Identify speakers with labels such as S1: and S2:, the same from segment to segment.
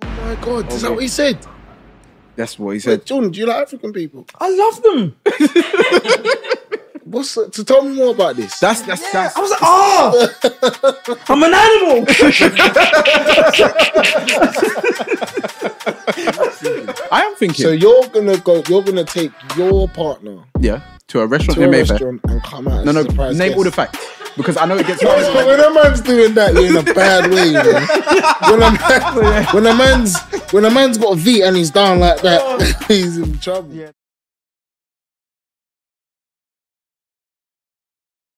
S1: my god, is that what he said?
S2: That's what he
S1: Hey,
S2: said.
S1: John, do you like African people?
S3: I love them.
S1: What's so tell me more about this?
S2: That's that's that's
S3: I was like, oh, I'm an animal.
S2: I am thinking.
S1: so you're gonna go you're gonna take your partner
S2: yeah, to a restaurant
S1: to
S2: in
S1: a
S2: Mayfair.
S1: restaurant and come out
S2: No,
S1: as
S2: no,
S1: a surprise
S2: name
S1: guest.
S2: all the facts because I know it gets.
S1: Guys, but when a man's doing that, you're in a bad way. you know. When a, man, when a man's when a man's got a V and he's down like that, he's in trouble.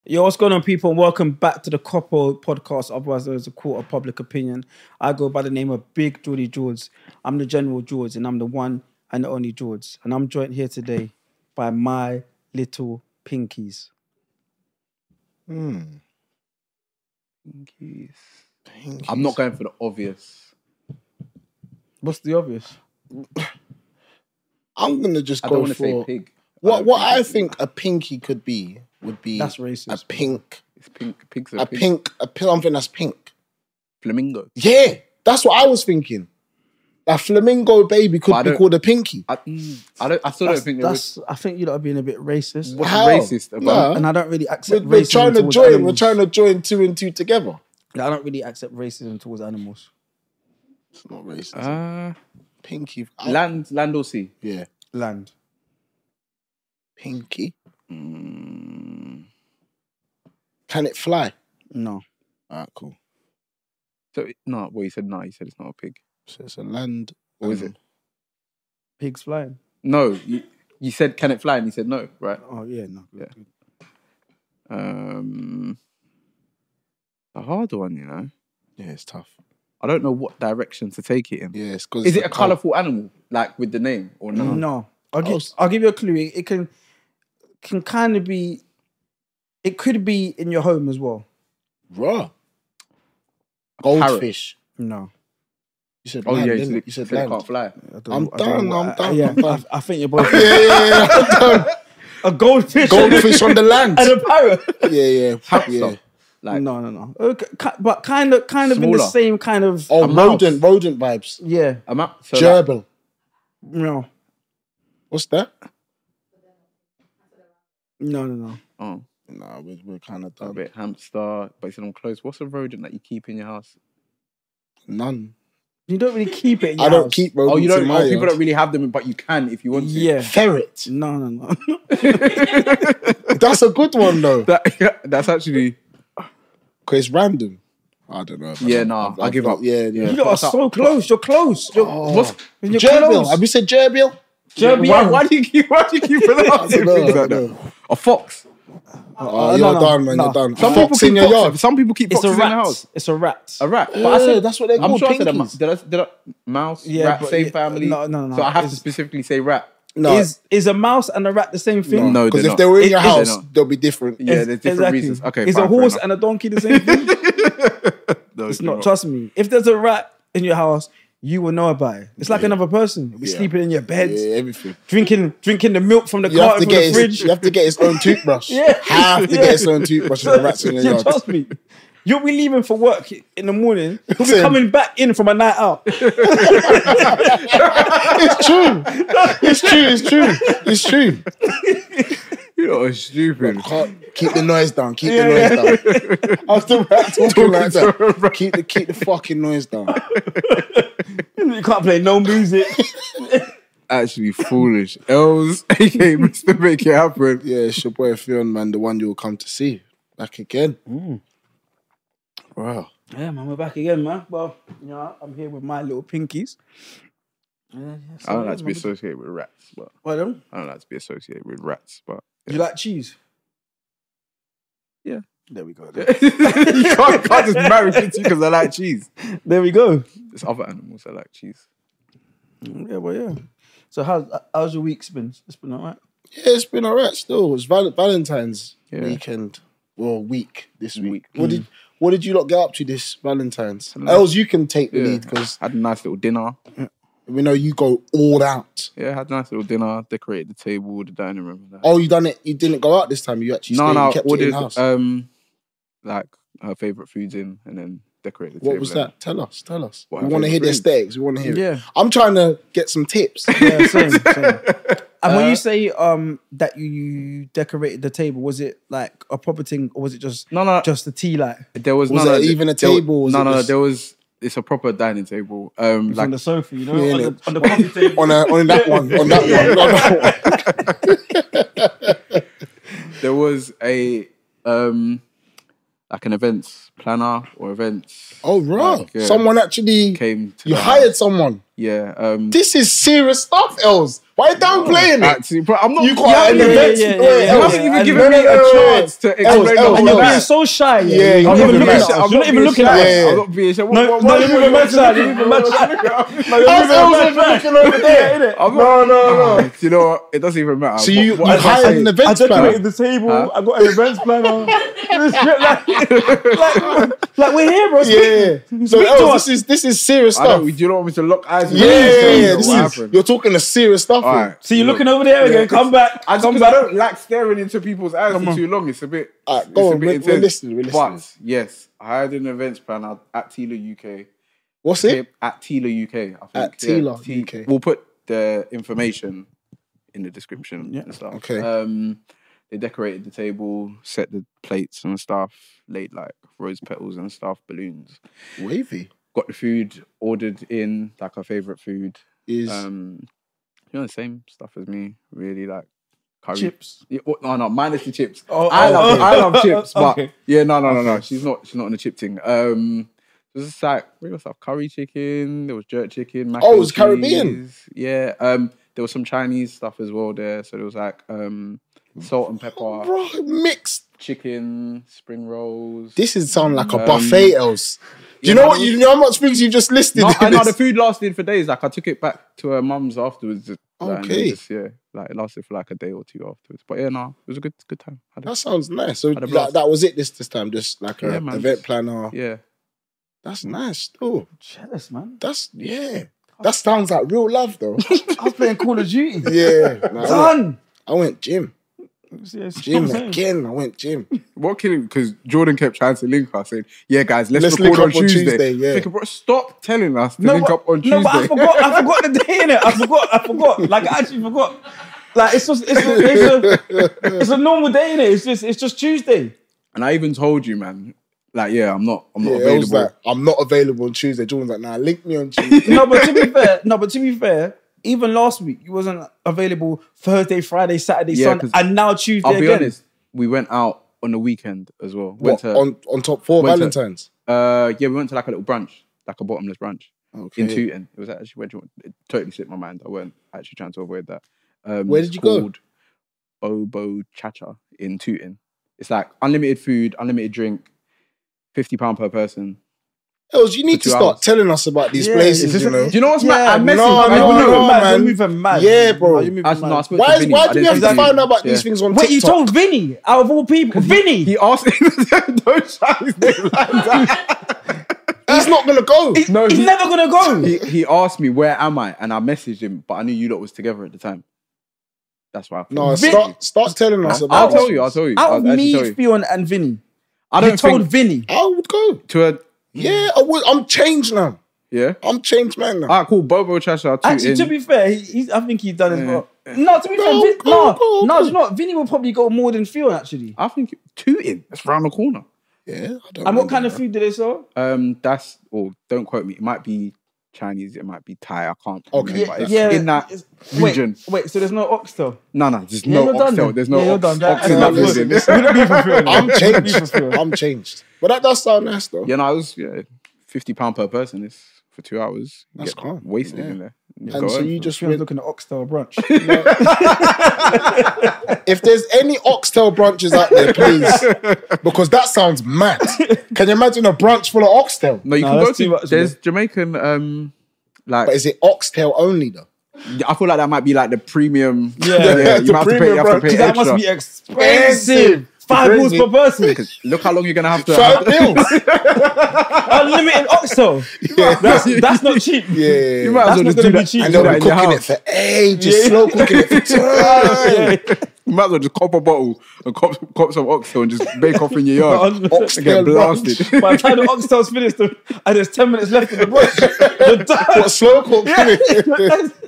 S3: Yo, what's going on, people? And Welcome back to the Coppo podcast, otherwise known as the Court of Public Opinion. I go by the name of Big Geordie George. I'm the General George, and I'm the one and only George. And I'm joined here today by my little pinkies.
S2: I'm not going for the obvious.
S3: What's the obvious?
S1: I'm gonna just
S2: I
S1: go
S2: don't want to
S1: for
S2: say pig.
S1: what
S2: don't
S1: what I think a pinky could be would be
S3: That's racist.
S1: a pink
S2: It's pink. Pigs are
S1: a pink a pink something that's pink.
S2: flamingo.
S1: Yeah, that's what I was thinking. A flamingo baby
S2: But I
S1: could be
S2: don't-
S1: called a pinky.
S2: I, mm, I don't. I still
S3: That's,
S2: don't think there was
S3: that's, I think you're being a bit racist,
S2: what's
S1: How?
S2: racist about.
S1: Nah.
S3: and I don't really
S1: We're,
S3: accept.
S1: we're
S3: racism
S1: trying to
S3: towards
S1: join. We're
S3: animals.
S1: trying to join two and two together.
S3: I don't really accept racism towards animals.
S1: It's not racist.
S2: Uh,
S1: pinky.
S2: land, land or sea?
S1: yeah,
S3: Land.
S1: pinky.
S2: Mm.
S1: Can it fly?
S3: No.
S1: All right, cool.
S2: So it- no, well, you said no. You said it's not a pig.
S1: So it's a land.
S2: Or is it?
S3: Pigs flying.
S2: No, you, you said can it fly, and you said no, right?
S3: Oh yeah, no.
S2: Yeah. Um, a hard one, you know.
S1: Yeah, it's tough.
S2: I don't know what direction to take it in.
S1: Yeah, it's because
S2: Is it a colourful animal, like with the name, or no?
S3: No. I'll
S1: Oh,
S3: give,
S1: s-
S3: I'll give you a clue. It it can can kind of be it could be in your home as well.
S1: raw? Goldfish.
S3: No.
S1: You said
S2: Oh
S1: land,
S2: yeah, you
S1: didn't
S2: said,
S1: it?
S2: it-
S1: you said
S2: it
S1: land.
S2: can't fly.
S3: I don't,
S1: I'm
S3: I don't
S1: done,
S3: know
S1: I'm
S3: what-
S1: done,
S3: I, yeah,
S1: I'm done.
S3: I, I think your boy
S1: yeah, yeah, yeah.
S3: a goldfish
S1: Goldfish on the land.
S3: and a parrot.
S1: Yeah, yeah, yeah.
S2: Stuff. Like
S3: no, no, no. Okay, ki- but kind of kind of in the
S2: Smaller.
S3: same kind of
S1: Oh,
S2: A mouse.
S1: rodent, rodent vibes.
S3: yeah.
S2: I'm out. So like,
S1: Gerbil.
S3: No.
S1: What's that?
S3: No, no, no.
S2: oh,
S1: Nah, we're, we're kind of
S2: a
S1: done.
S2: bit hamster, but it's on close. What's a rodent that you keep in your house?
S1: None.
S3: You don't really keep it. in
S1: I
S3: your
S1: don't
S3: house.
S1: keep
S2: Oh,
S1: rodents.
S2: you don't.
S1: In my
S2: Oh, people
S1: yard.
S2: don't really have them, but you can if you want to.
S3: Yeah.
S1: Ferret.
S3: No, no, no.
S1: That's a good one though,
S2: That, that's actually
S1: because it's random. I don't know.
S2: Yeah, nah, I give up.
S1: Yeah, yeah.
S3: you lot are so close. You're close. You're,
S1: Oh.
S2: what's
S3: you're
S1: Gerbil.
S3: close.
S1: Have you said
S2: Uh,
S1: gerbil?
S3: Gerbil.
S2: why, why do you keep why do you keep pronouncing
S1: know, I
S2: things
S1: don't
S2: like
S1: know.
S2: that? A fox.
S1: Oh,
S2: uh,
S3: no,
S1: you're
S3: no,
S1: done, man.
S3: no.
S1: You're done.
S2: Some
S1: Fox
S2: people
S1: in
S2: keep
S1: your
S2: foxes.
S1: yard.
S2: Some people keep
S3: It's a
S2: foxes in the
S3: rat.
S2: house.
S3: It's a rat.
S2: A rat. But I
S1: Yeah,
S2: said
S1: that's what they're
S2: I'm
S1: called,
S2: sure I said a mouse.
S1: pinkies.
S2: Did I, did I, mouse?
S3: Yeah,
S2: rat,
S3: but
S2: same
S3: yeah,
S2: family.
S3: no, no, no,
S2: So I have to
S3: it's-
S2: specifically say rat.
S1: No,
S3: Is is a mouse and a rat the same thing?
S2: No,
S1: because
S2: they're
S1: if
S2: not.
S1: they were in
S3: It-
S1: your
S3: it-
S1: house,
S2: they're not.
S1: they'll be different.
S2: Yeah, there's different
S3: Exactly.
S2: reasons. Okay,
S3: is
S2: fine,
S3: a
S2: fair
S3: horse
S2: enough.
S3: and a donkey the same thing?
S2: No,
S3: it's not. Trust me. If there's a rat in your house, you will know about it. It's like another person. You'll be
S1: Yeah.
S3: sleeping in your bed,
S1: Yeah, everything.
S3: drinking drinking the milk from the
S1: You have to
S3: carton from
S1: get
S3: the
S1: his,
S3: fridge.
S1: you have to get his own toothbrush.
S3: Yeah.
S1: have to
S3: Yeah.
S1: get his own toothbrush and the rats in your yard.
S3: Trust me. You'll be leaving for work in the morning. You'll be
S1: Same.
S3: coming back in from a night out.
S1: It's true. It's true. It's true. It's true.
S2: You're stupid.
S1: Can't- keep the noise down. Keep
S3: Yeah,
S1: the noise down. After rat talking like that, keep the keep the fucking noise down.
S3: you can't play no music.
S2: Actually foolish. Els, aka Mr. Make It Happen.
S1: Yeah, it's your boy Fion, man, the one you'll come to see back again. Wow.
S3: yeah, man, we're back again, man. Well, you know, I'm here with my little pinkies.
S2: I don't like to be associated with rats, but
S3: Well, um,
S2: I don't like to be associated with rats, but
S3: you like cheese?
S2: Yeah.
S3: There we go.
S2: you can't, can't just marry the two because I like cheese.
S3: There we go.
S2: There's other animals that like cheese.
S3: Yeah, well, yeah. So how's how's your week's been? It's been alright.
S1: Yeah, it's been alright still. It's val- Valentine's
S2: Yeah.
S1: weekend. Well, week this week. What did what did you lot get up to this Valentine's?
S2: know.
S1: Els, you can take the
S2: Yeah.
S1: lead because
S2: Had a nice little dinner.
S1: we know you go all out.
S2: Yeah, had a nice little dinner. Decorated the table, the dining room. and that.
S1: Oh, you done it. You didn't go out this time. You actually
S2: no,
S1: stayed.
S2: no,
S1: you kept it in
S2: ordered
S1: house.
S2: um, like her favorite foods in, and then decorate the
S1: What
S2: table
S1: was
S2: then.
S1: that? Tell us, tell us.
S2: What
S1: we
S2: have
S1: want to
S2: they
S1: hear the
S2: agreed?
S1: aesthetics. We want to hear. it.
S3: Yeah.
S1: I'm trying to get some tips.
S3: Yeah, same, same. And when you say um that you decorated the table, was it like a proper thing, or was it just
S2: No, no.
S3: just the tea light
S2: There was,
S1: Was
S2: no, no,
S1: there even a
S2: there-
S1: table, was
S2: no,
S1: it
S2: no,
S1: just-
S2: there was. It's a proper dining table. Um,
S3: on
S2: like
S3: the sofa? You know,
S1: Yeah,
S3: on,
S1: yeah.
S3: the, on the coffee table.
S1: on a, on that one, on that one, on that one.
S2: there was a um, like an events planner or events
S1: Oh, right.
S2: Like, yeah.
S1: Someone actually
S2: came. to
S1: you
S2: the
S1: hired someone.
S2: Yeah. Um,
S1: This is serious stuff, Els. Why you downplaying it?
S2: actually, bro, I'm not.
S1: You
S2: yeah,
S1: got an
S2: yeah, yeah,
S1: event. wait,
S3: yeah, yeah, yeah,
S2: You
S1: Els.
S2: haven't
S3: yeah.
S2: even given
S1: No, no,
S2: me
S1: no,
S2: a
S1: no, no.
S2: chance to
S1: Els,
S2: explain.
S1: Els,
S2: the
S3: and
S2: whole
S3: you're
S1: Els.
S2: back.
S3: being so shy. Yeah,
S1: Yeah,
S3: you're
S1: you're
S3: not
S1: not
S3: even
S1: even
S3: looking at
S1: mad.
S2: I'm
S3: us. You're not
S1: mad.
S3: even looking at us.
S1: Yeah.
S2: I'm not being shy.
S3: No,
S2: What-
S3: no,
S2: what-
S3: you're even
S2: what-
S3: match that. You're even match that.
S1: Els Els was looking over there.
S2: I'm not- Do you know what? It doesn't even matter.
S1: So you,
S2: What-
S1: you
S2: what I
S1: hired
S2: say-
S1: an
S3: I
S1: event planner.
S3: decorated the table. I got an events planner. This shit, like, like, like we're here, bro.
S1: Yeah. So
S3: Speak to us.
S1: Els, this is this is serious
S2: I
S1: stuff.
S2: don't, do you not want me to lock eyes with
S1: Yeah,
S2: you?
S1: yeah,
S2: So you
S1: yeah.
S2: know
S1: This
S2: what
S1: is,
S2: happened.
S1: you're talking a serious stuff.
S2: All
S1: here.
S2: right.
S3: So you're looking over there again. Come back.
S2: I
S3: come
S2: just
S3: back.
S2: I don't like staring into people's eyes for too long. It's a bit.
S1: Alright,
S2: it's
S1: go
S2: a
S1: on,
S2: bit
S1: we're- we're
S2: intense.
S1: listening, we're listening.
S2: But yes, I hired an events planner at Tila UK.
S1: What's it?
S2: At Tila UK, I think.
S1: At
S2: Yeah,
S1: Tila
S2: T-
S1: UK.
S2: We'll put the information in the description and stuff.
S1: Okay.
S2: Um, they decorated the table, set the plates and stuff, laid like rose petals and stuff, balloons.
S1: Wavy
S2: Got the food ordered in, like our favorite food.
S1: is
S2: Um, you know the same stuff as me, really like curry
S3: Chips.
S2: yeah, well, no, no, minus the chips.
S3: Oh,
S2: I
S3: oh,
S2: love,
S3: oh.
S2: I love chips, but
S3: Okay.
S2: yeah, no, no, no, no. She's not, she's not on the chip thing. Um, it was just like regular stuff: curry chicken. There was jerk chicken. Mac
S1: Oh,
S2: and
S1: it was Caribbean.
S2: cheese. Yeah. Um, there was some Chinese stuff as well there. So there was like um, salt and pepper
S1: Mm. Oh, bro, mixed.
S2: chicken, spring rolls.
S1: This is sound like a
S2: Um,
S1: buffet, Els. Do you
S2: yeah,
S1: know what?
S2: no,
S1: You know how much things you've just listed.
S2: no,
S1: in
S2: I know the
S1: this?
S2: food lasted for days. Like I took it back to her mum's afterwards. Just, like, and it was
S1: Okay.
S2: just, yeah, like it lasted for like a day or two afterwards. But yeah, no, it was a good, good time. I had a-
S1: That sounds nice. So
S2: Had a
S1: that,
S2: blast.
S1: that was it this this time, just like a
S2: Yeah, man.
S1: event planner.
S2: yeah.
S1: That's nice. Oh,
S3: Jealous, man.
S1: that's yeah. That sounds like real love though.
S3: I was playing Call of Duty.
S1: yeah. Nah, I, went,
S3: Done.
S1: I went gym.
S3: Yeah, it's
S1: Gym
S2: Oh,
S3: what I'm saying.
S1: again. I went gym.
S2: What killing? Because Jordan kept trying to link us, saying, "Yeah, guys, let's,
S1: Let's
S2: record
S1: link
S2: on
S1: up on
S2: Tuesday."
S1: Tuesday, yeah.
S2: Thinking, bro, stop telling us to
S3: No,
S2: link
S3: but-
S2: up on Tuesday.
S3: no, but I forgot. I forgot the day in it. I forgot. I forgot. Like I actually forgot. Like it's just it's a, it's a, it's a normal day in it. It's just it's just Tuesday.
S2: and I even told you, man. Like, yeah, I'm not. I'm not
S1: Yeah, I was like,
S2: available.
S1: I'm not available on Tuesday. Jordan's like, nah, link me on Tuesday.
S3: No, but to be fair, no, but to be fair, even last week you wasn't available Thursday, Friday, Saturday,
S2: Yeah, 'cause
S3: Sunday, and now Tuesday
S2: I'll be
S3: again.
S2: honest. We went out on the weekend as well. Went
S1: what,
S2: to,
S1: on on top four
S2: Went to-
S1: Valentine's.
S2: uh, yeah, we went to like a little brunch, like a bottomless brunch
S1: Okay.
S2: in Tooting. It was actually where do you want? It totally slipped my mind. I weren't actually trying to avoid that. Um,
S1: Where
S2: it's
S1: did you go?
S2: called Bobo Chacha in Tooting. It's like unlimited food, unlimited drink, fifty pound per person.
S1: Els, you need to
S2: For two
S1: start
S2: hours.
S1: telling us about these
S3: Yeah,
S1: places.
S3: it's
S1: You
S3: just-
S1: know.
S2: Do you know what's mad? I messaged.
S1: no,
S2: I
S1: no,
S2: know.
S1: no,
S3: mad,
S1: man.
S3: You're moving mad.
S1: Yeah, bro.
S3: No, you're moving
S2: I, no, I
S3: mad.
S2: spoke
S1: Why,
S2: to
S1: is,
S2: Vinny.
S1: why
S2: I
S1: do we
S2: didn't
S1: have to
S2: speak
S1: find
S2: him.
S1: out about
S2: Yeah.
S1: these things on
S3: Wait,
S1: TikTok?
S3: you told Vinny out of all people, Vinny.
S2: He asked. Don't shout his name like that.
S1: He's not gonna go.
S2: No,
S3: he's
S2: he,
S3: never gonna go.
S2: he, he asked me where am I, and I messaged him, but I knew you lot was together at the time. That's why. I
S1: No,
S3: Vin-
S1: start start telling us about.
S2: I'll
S1: these
S2: tell you. I'll
S1: things.
S2: tell you.
S3: out
S2: I'll
S3: of
S2: actually
S3: me,
S2: tell you.
S3: Fiona, and Vinny.
S2: I
S3: You
S2: don't
S3: told
S2: think
S3: Vinny.
S1: I would go.
S2: to a
S1: Yeah, I would. I'm changed now.
S2: yeah.
S1: I'm changed man now.
S2: All right, cool. Bobo Chasha.
S3: Actually, to be fair, he, he's, I think he's done as
S2: Yeah.
S3: well. No, to be
S1: Go,
S3: fair, Vin,
S1: go,
S3: no,
S1: go,
S3: no,
S1: go.
S3: it's not. Vinny will probably go more than Fiona actually.
S2: I think two in. That's round the corner.
S1: yeah. I don't
S3: And what
S1: mind
S3: kind
S1: it,
S3: of food did they sell?
S2: Um, that's or don't quote me. It might be Chinese. It might be Thai. I can't.
S1: Okay.
S2: remember.
S1: Yeah,
S2: It's
S3: yeah,
S2: in that
S3: it's-
S2: region.
S3: Wait, wait, so there's no oxtail.
S2: No, no. There's
S3: Yeah,
S2: no
S3: you're done
S2: oxtail.
S3: then.
S2: There's
S3: Yeah,
S2: no
S3: you're
S2: ox,
S3: done.
S2: ox in
S1: No,
S2: that
S1: listen,
S2: building.
S1: listen. I'm changed. I'm changed. But that does sound nice though.
S2: Yeah, no, it was yeah, fifty pound per person. It's for two hours. You
S1: That's
S2: get
S1: calm,
S2: Wasted
S1: yeah.
S2: in there. You go
S1: And so
S2: home.
S1: you just
S3: Fiona's
S1: went,
S3: looking at oxtail brunch.
S1: if there's any oxtail brunches out there, please, because that sounds mad. Can you imagine a brunch full of oxtail?
S2: no, you
S3: No,
S2: can go
S3: that's too
S2: to.
S3: much, isn't
S2: there's Jamaican. Um, like
S1: But is it oxtail only though?
S2: I feel like that might be like the premium.
S3: Yeah.
S2: yeah.
S1: The
S2: You have to pay.
S1: premium
S2: You have to pay
S1: brunch.
S3: that must
S2: extra.
S3: be expensive. Five
S1: Crazy.
S3: balls per person.
S2: 'Cause Look how long you're gonna have to.
S1: Five bills.
S3: Unlimited oxtail. That's, that's not cheap.
S2: You
S1: Yeah.
S2: might
S3: That's
S2: as well
S3: not
S2: just do
S3: gonna be
S2: that.
S3: cheap.
S2: do
S1: And they'll
S2: that
S1: be
S2: in your
S1: cooking it
S2: house.
S1: for ages, slow cooking it for time.
S2: You might as well just cop a bottle and cop, cop some oxtail and just bake off in your yard.
S3: Oxtail
S2: and get
S1: brunch.
S2: blasted.
S3: By the time the oxtail's finished, the, and there's 10 minutes left in the brunch, you're done.
S1: What slow cook?
S3: you're done.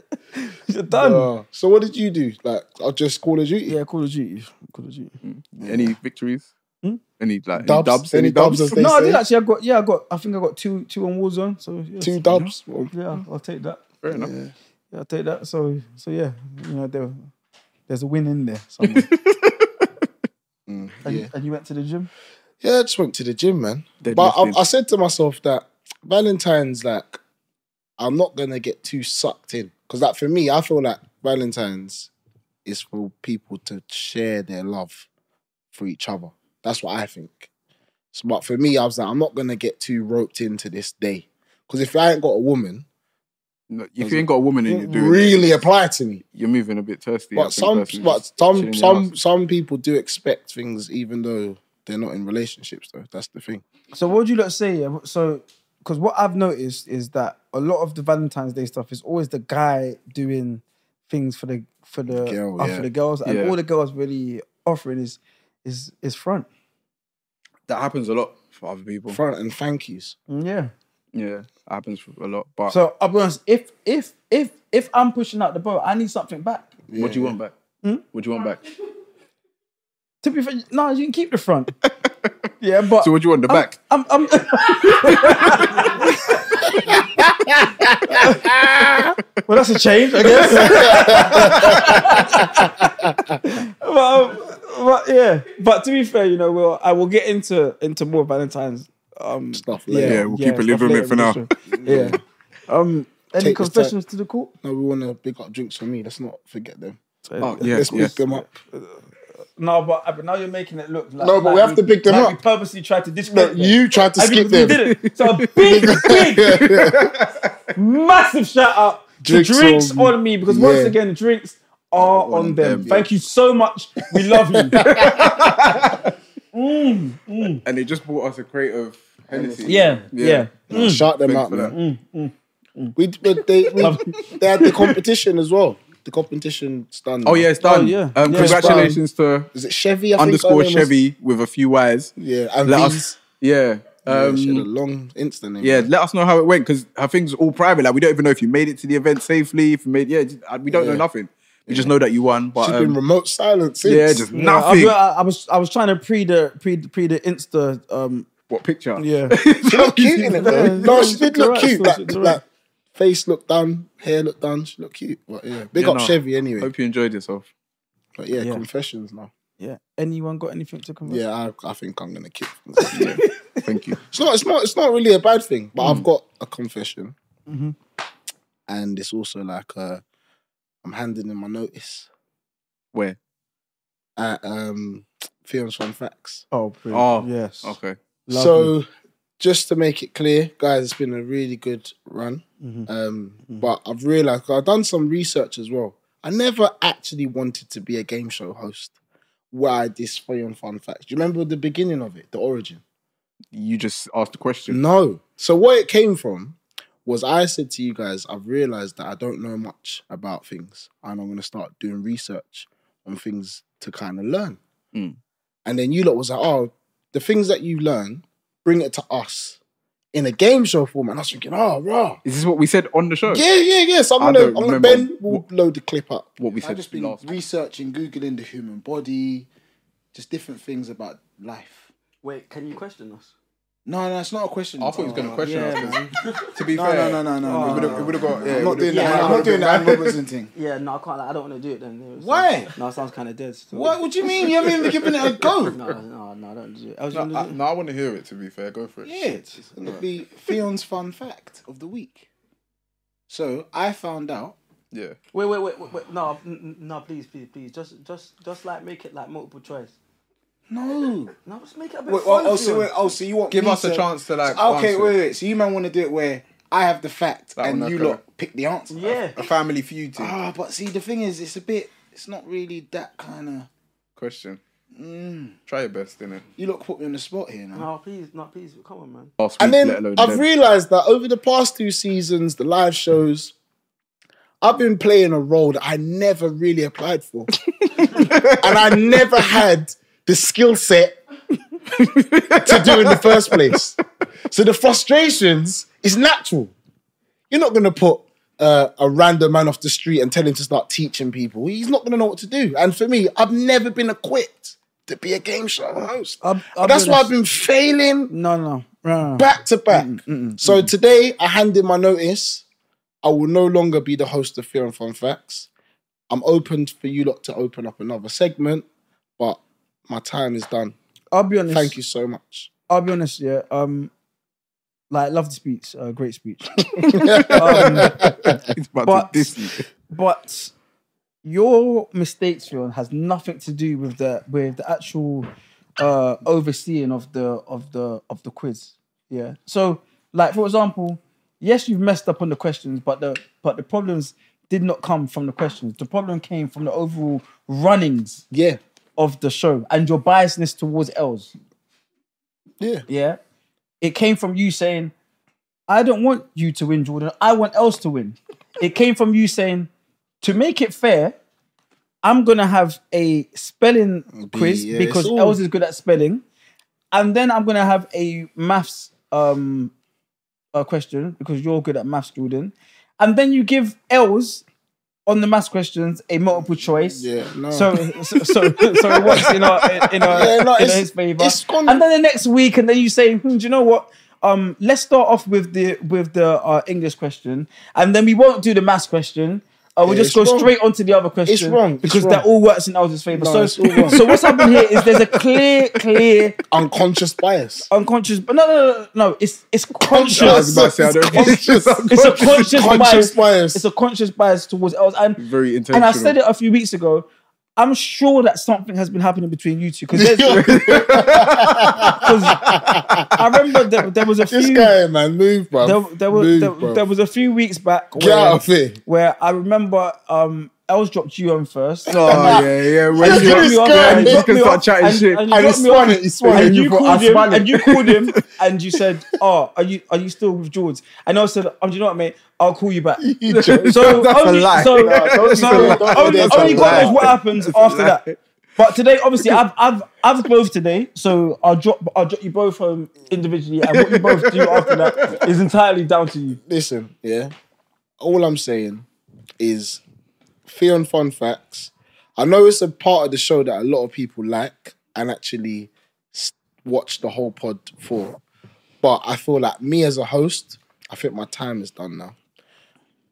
S3: You're done.
S1: Uh, so what did you do? Like, I just Call of Duty.
S4: Yeah, Call of Duty. Call of Duty.
S2: Any victories?
S3: Hmm?
S2: Any like
S1: Dubs?
S2: any dubs?
S1: Any dubs as they
S3: No, I did
S1: say?
S3: actually. I got, yeah, I got, I think I got two two on Warzone. So, yeah,
S1: Two dubs.
S3: Yeah, I'll take that.
S2: Fair enough.
S3: Yeah, I'll take that. So, so yeah, you know, there, there's a win in there somewhere.
S1: Mm,
S3: and,
S1: yeah.
S3: and you went to the gym?
S1: Yeah, I just went to the gym, man. But
S2: Deadlifting.
S1: I, I said to myself that Valentine's, like, I'm not gonna get too sucked in because, like, for me, I feel like Valentine's is for people to share their love for each other. That's what I think. So, but for me, I was like, I'm not gonna get too roped into this day because if I ain't got a woman,
S2: No, if you ain't got a woman
S1: it
S2: and you're
S1: didn't
S2: doing,
S1: really apply to me.
S2: you're moving a bit thirsty. I
S1: But
S2: think,
S1: some,
S2: personally.
S1: but
S2: Just chilling
S1: some,
S2: in your
S1: some,
S2: house.
S1: some people do expect things, even though they're not in relationships. Though that's the thing.
S3: So, what would you lot say? yeah? So, because what I've noticed is that a lot of the Valentine's Day stuff is always the guy doing things for the for the
S1: Girl,
S3: uh,
S1: yeah.
S3: for the girls, and
S2: Yeah.
S3: all the girls really offering is is is front.
S2: that happens a lot for other people.
S1: Front and thank yous.
S3: Yeah.
S2: Yeah, it happens for a lot. But
S3: So I'll be honest. If if if if I'm pushing out the boat, I need something back.
S2: what do you want back?
S3: Hmm?
S2: What do you want back?
S3: To be fair, no, you can keep the front. yeah, but
S2: So what do you want the back?
S3: I'm, I'm, well, that's a change, I guess. but, um, but yeah, but to be fair, you know, we'll I will get into into more Valentine's um,
S1: Stuff
S3: Yeah,
S1: later.
S2: Yeah, we'll keep a
S3: stuff
S2: little bit
S3: later
S2: for
S3: in
S2: now.
S3: the show. yeah. Um, any
S1: Take this
S3: confessions to the court?
S1: No, we want to big up drinks for me. Let's not forget them.
S2: Oh yeah,
S1: Let's
S2: yeah.
S1: big them up.
S3: No, but, uh, but now you're making it look like
S1: No, but we
S3: like
S1: have to pick them
S3: like We
S1: up.
S3: purposely tried to discredit.
S1: No,
S3: them.
S1: you tried to
S3: I mean,
S1: skip
S3: we
S1: them.
S3: did it. So a big, big, massive shout out
S1: Drinks
S3: to drinks
S1: on-
S3: on, me because once
S1: yeah.
S3: again, drinks are on, them.
S2: them,
S3: Thank you so much. We love you.
S2: And they just bought us a crate of Hennessy.
S3: yeah, yeah.
S1: Nah, Shout them
S2: Thanks
S1: out,
S2: for that.
S1: man. We, we, they, we, they had the competition as well. The competition's done.
S2: Oh yeah, it's done.
S3: Oh, yeah.
S2: Um,
S3: Yeah.
S2: Congratulations to
S1: Is it Chevy? I think
S2: underscore
S1: her name was-
S2: Chevy with a few Y's.
S1: Yeah, and
S2: Let
S1: V's.
S2: us. Yeah.
S1: yeah, uh, she had a
S2: Um,
S1: long Insta name.
S2: yeah, let us know how it went because her thing's all private. Like we don't even know if you made it to the event safely. If you made, yeah, just- uh, we don't know nothing. We just know that you won. But
S1: She's
S2: um,
S1: been remote silent since.
S2: yeah, just
S3: Yeah, I, was-
S2: nothing.
S3: I was I was trying to pre the pre pre the Insta. Um,
S2: What picture?
S3: yeah,
S1: She looked cute in it,
S3: Yeah,
S1: though. No, she did
S3: you're
S1: look
S3: right,
S1: cute.
S3: so
S1: Like,
S3: she's right.
S1: like, face looked done, hair looked done. She looked cute. But yeah, big
S2: Yeah,
S1: up
S2: no.
S1: Chevy anyway.
S2: Hope you enjoyed yourself.
S1: But yeah,
S3: Yeah.
S1: confessions now.
S3: yeah. Anyone got anything to come?
S1: Yeah, I, I think I'm gonna kick.
S2: Thank you. Mm.
S1: It's not. It's not. It's not really a bad thing. But I've got a confession,
S2: Mm-hmm.
S1: and it's also like uh, I'm handing in my notice
S2: Where?
S1: at um, Films Fun Facts.
S3: Oh, brilliant.
S2: Oh,
S3: yes.
S2: Okay.
S3: Lovely.
S1: So, just to make it clear, guys, it's been a really good run.
S3: Mm-hmm.
S1: Um, But I've realized I've done some research as well. I never actually wanted to be a game show host. Where I display on fun facts. Do you remember the beginning of it, the origin?
S2: You just asked the question.
S1: No. So where it came from was I said to you guys, I've realized that I don't know much about things, and I'm gonna start doing research on things to kind of learn.
S2: Mm.
S1: And then you lot was like, oh, the things that you learn, bring it to us in a game show format. And I was thinking, oh, raw.
S2: Is this what we said on the show?
S1: Yeah, yeah, yeah. So
S2: I
S1: I'm gonna,
S2: don't
S1: I'm gonna
S2: remember
S1: Ben will load the clip up.
S2: What we
S5: I've
S2: said
S5: just been
S2: last.
S5: researching, googling the human body, just different things about life.
S4: Wait, can you question us?
S5: No, no, it's not a question.
S2: I thought he was Ah, going to question
S4: yeah,
S2: us. man. to be
S5: Oh, No,
S2: fair,
S5: no, no, no, no. no,
S2: It would have got. Yeah,
S5: I'm
S2: it
S5: not
S2: would've-
S5: doing that.
S4: Yeah,
S5: I'm not doing that. Robertson thing.
S4: Yeah, no, I can't. I don't want to do it then.
S5: Why?
S4: No, it sounds kind of dead. Still.
S5: What? What do you mean? You haven't even given it a go.
S4: No, no, no, I don't do it. I was
S2: No,
S4: gonna
S2: I,
S4: do it.
S2: no, I want to hear it. To be fair, go for it.
S5: Shit. And it'd be Fion's fun fact of the week. So I found out.
S2: Yeah.
S4: Wait, wait, wait, wait, wait. No, n- n- no, please, please, please. Just, just, just like make it like multiple choice.
S5: No.
S4: No, just make it a bit
S5: Wait,
S4: fun. for
S5: oh, so,
S4: you.
S5: wait, oh, so you want
S2: Give
S5: me
S2: us a chance to, like,
S5: Okay,
S2: answer.
S5: wait, wait. So you man want to do it where I have the fact
S2: That
S5: and
S2: one,
S5: you
S2: okay.
S5: lot pick the answer.
S1: uh,
S4: yeah.
S2: A family feud thing.
S5: Ah, but see, the thing is, it's a bit. It's not really that kind of.
S2: question.
S5: Mm.
S2: Try your best, innit?
S5: You look put me on the spot here
S3: Ah.
S5: now.
S4: No, please, no, please. Come on, man.
S2: Last
S1: And
S2: week, let
S1: then
S2: alone
S1: I've
S2: then.
S1: realized that over the past two seasons, the live shows, I've been playing a role that I never really applied for, and I never had the skill set to do in the first place. So the frustrations is natural. You're not going to put uh, a random man off the street and tell him to start teaching people. He's not going to know what to do. And for me, I've never been equipped to be a game show host.
S3: I've- I've
S1: And that's
S3: been
S1: why
S3: a-
S1: I've been failing
S3: No, no, no. no.
S1: back to back. So
S3: Mm.
S1: today I hand in my notice. I will no longer be the host of Fear and Fun Facts. I'm open for you lot to open up another segment, but my time is done.
S3: I'll be honest.
S1: Thank you so much.
S3: I'll be honest. Yeah. Um, like love the speech. Uh, great speech. Um,
S2: It's about to
S3: But-
S2: diss you.
S3: but your mistakes, Fiona, has nothing to do with the with the actual uh, overseeing of the of the of the quiz. Yeah. So, like for example, yes, you've messed up on the questions, but the but the problems did not come from the questions. The problem came from the overall runnings
S1: Yeah,
S3: of the show and your biasness towards Els.
S1: yeah.
S3: Yeah. It came from you saying, I don't want you to win, Jordan. I want else to win. It came from you saying, to make it fair, I'm going to have a spelling quiz
S1: yeah, it's
S3: because
S1: all-
S3: Els is good at spelling. And then I'm going to have a maths um, uh, question because you're good at maths, Jordan. And then you give Els on the maths questions a multiple choice.
S1: Yeah, no.
S3: So, Oh. so, so, so it works in our, in our,
S1: Yeah, no,
S3: in
S1: it's-
S3: his favor.
S1: it's gone-
S3: And then the next week, and then you say, hmm, "Do you know what? Um, let's start off with the with the uh, English question, and then we won't do the maths question. Uh, we'll
S1: Yeah,
S3: just go
S1: it's wrong.
S3: straight on to the other question.
S1: wrong, it's
S3: because
S1: wrong.
S3: that all works in Alger's favor.
S1: No,
S3: so,
S1: it's all wrong.
S3: so what's happened here is there's a clear, clear
S1: Unconscious bias.
S3: unconscious. But no, no, no, no. It's it's conscious.
S2: I was about to say, I don't think
S1: Conscious.
S3: It's a conscious,
S1: Conscious
S3: bias.
S1: bias.
S3: It's a conscious bias towards Els. And
S2: Very
S3: and
S2: intentional.
S3: I said it a few weeks ago. I'm sure that something has been happening between you two because I remember there, there was a
S1: this
S3: few there,
S1: guy, man, move, bro.
S3: there, was,
S1: move,
S3: there,
S1: bruv.
S3: there was a few weeks back
S1: Get out
S3: where,
S1: of here.
S3: where I remember um Els dropped you on first.
S2: Oh yeah, yeah. When
S1: Look
S2: you
S1: at this guy.
S2: yeah, you
S1: He
S2: just can
S3: dropped
S2: start
S3: me off
S2: chatting
S3: and-
S2: shit.
S3: and
S1: And he
S3: dropped me off
S1: spun it. He spun
S3: and
S1: it.
S2: you
S3: you
S2: thought
S3: called
S2: I
S3: him,
S2: spun it.
S3: and you called him, and you said, "Oh, are you are you still with George?" And I said, "Oh, do you know what, mate? I'll call you back."
S1: You joke.
S3: So
S2: That's a
S3: only,
S2: lie.
S3: so,
S2: No,
S1: don't
S3: so
S1: do that. Don't do
S3: only,
S1: that.
S3: only
S1: That's a
S3: God knows
S1: lie.
S3: what happens after that. But today, obviously, I've I've I've both today, so I'll drop I'll drop you both home individually, and what you both do after that is entirely down to you.
S1: listen, yeah. All I'm saying is fear and fun facts. I know it's a part of the show that a lot of people like and actually s- watch the whole pod for. But I feel like me as a host, I think my time is done now.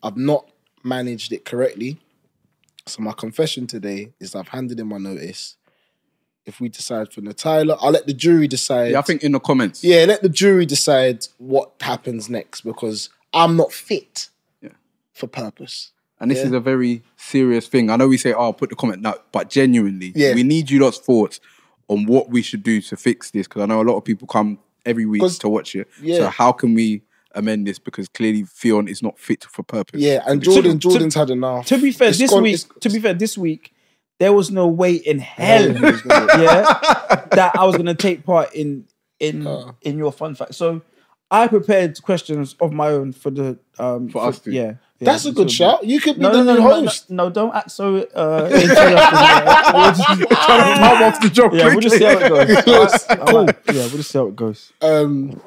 S1: I've not managed it correctly. So my confession today is I've handed in my notice. If we decide for Tyler, I'll let the jury decide.
S2: Yeah, I think in the comments.
S1: Yeah, let the jury decide what happens next because I'm not fit
S2: Yeah.
S1: for purpose.
S2: And this is a very serious thing. I know we say, oh, put the comment now, but genuinely,
S1: Yeah.
S2: we need you lot's thoughts on what we should do to fix this because I know a lot of people come every week
S1: 'Cause-
S2: to watch it.
S1: yeah.
S2: So, how can we amend this? Because clearly, Fion is not fit for purpose.
S1: Yeah, and
S2: To be
S1: Jordan,
S2: sure.
S3: to-
S1: Jordan's had enough.
S3: To be fair,
S1: It's
S3: this
S1: gone-
S3: week,
S1: it's-
S3: to be fair, this week, there was no way in hell,
S1: Hell, he's gonna-
S3: yeah, that I was gonna take part in in
S1: Uh.
S3: in your fun fact. So I prepared questions of my own for the um for,
S2: us to-
S3: Yeah, yeah,
S1: That's a good
S3: so-
S1: shout. You could be
S3: No,
S1: the
S3: no, no,
S1: new
S3: no, no,
S1: host.
S3: no, don't act so uh, interested.
S2: Trying to palm off the job
S3: yeah, we'll just
S2: quickly.
S3: see how it goes.
S1: Yes,
S3: Alright,
S1: cool.
S3: alright. Yeah, we'll just see how it goes.
S1: Um,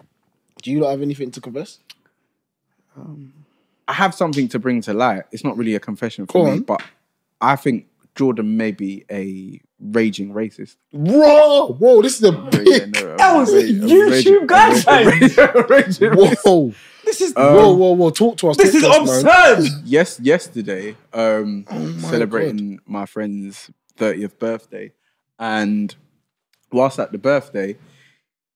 S1: do you not have anything to confess?
S2: I have something to bring to light. It's not really a confession for
S1: Go
S2: me,
S1: on.
S2: but I think Jordan may be a raging racist.
S1: Whoa, whoa, this is a big.
S2: That
S3: was YouTube
S1: Whoa,
S3: This is
S1: whoa, whoa, whoa! Talk to us.
S3: Um,
S1: talk
S3: this is
S1: to us, Uh, man.
S3: absurd.
S2: yes, yesterday, um,
S1: Oh my
S2: celebrating my friend's 30th birthday. And whilst at the birthday,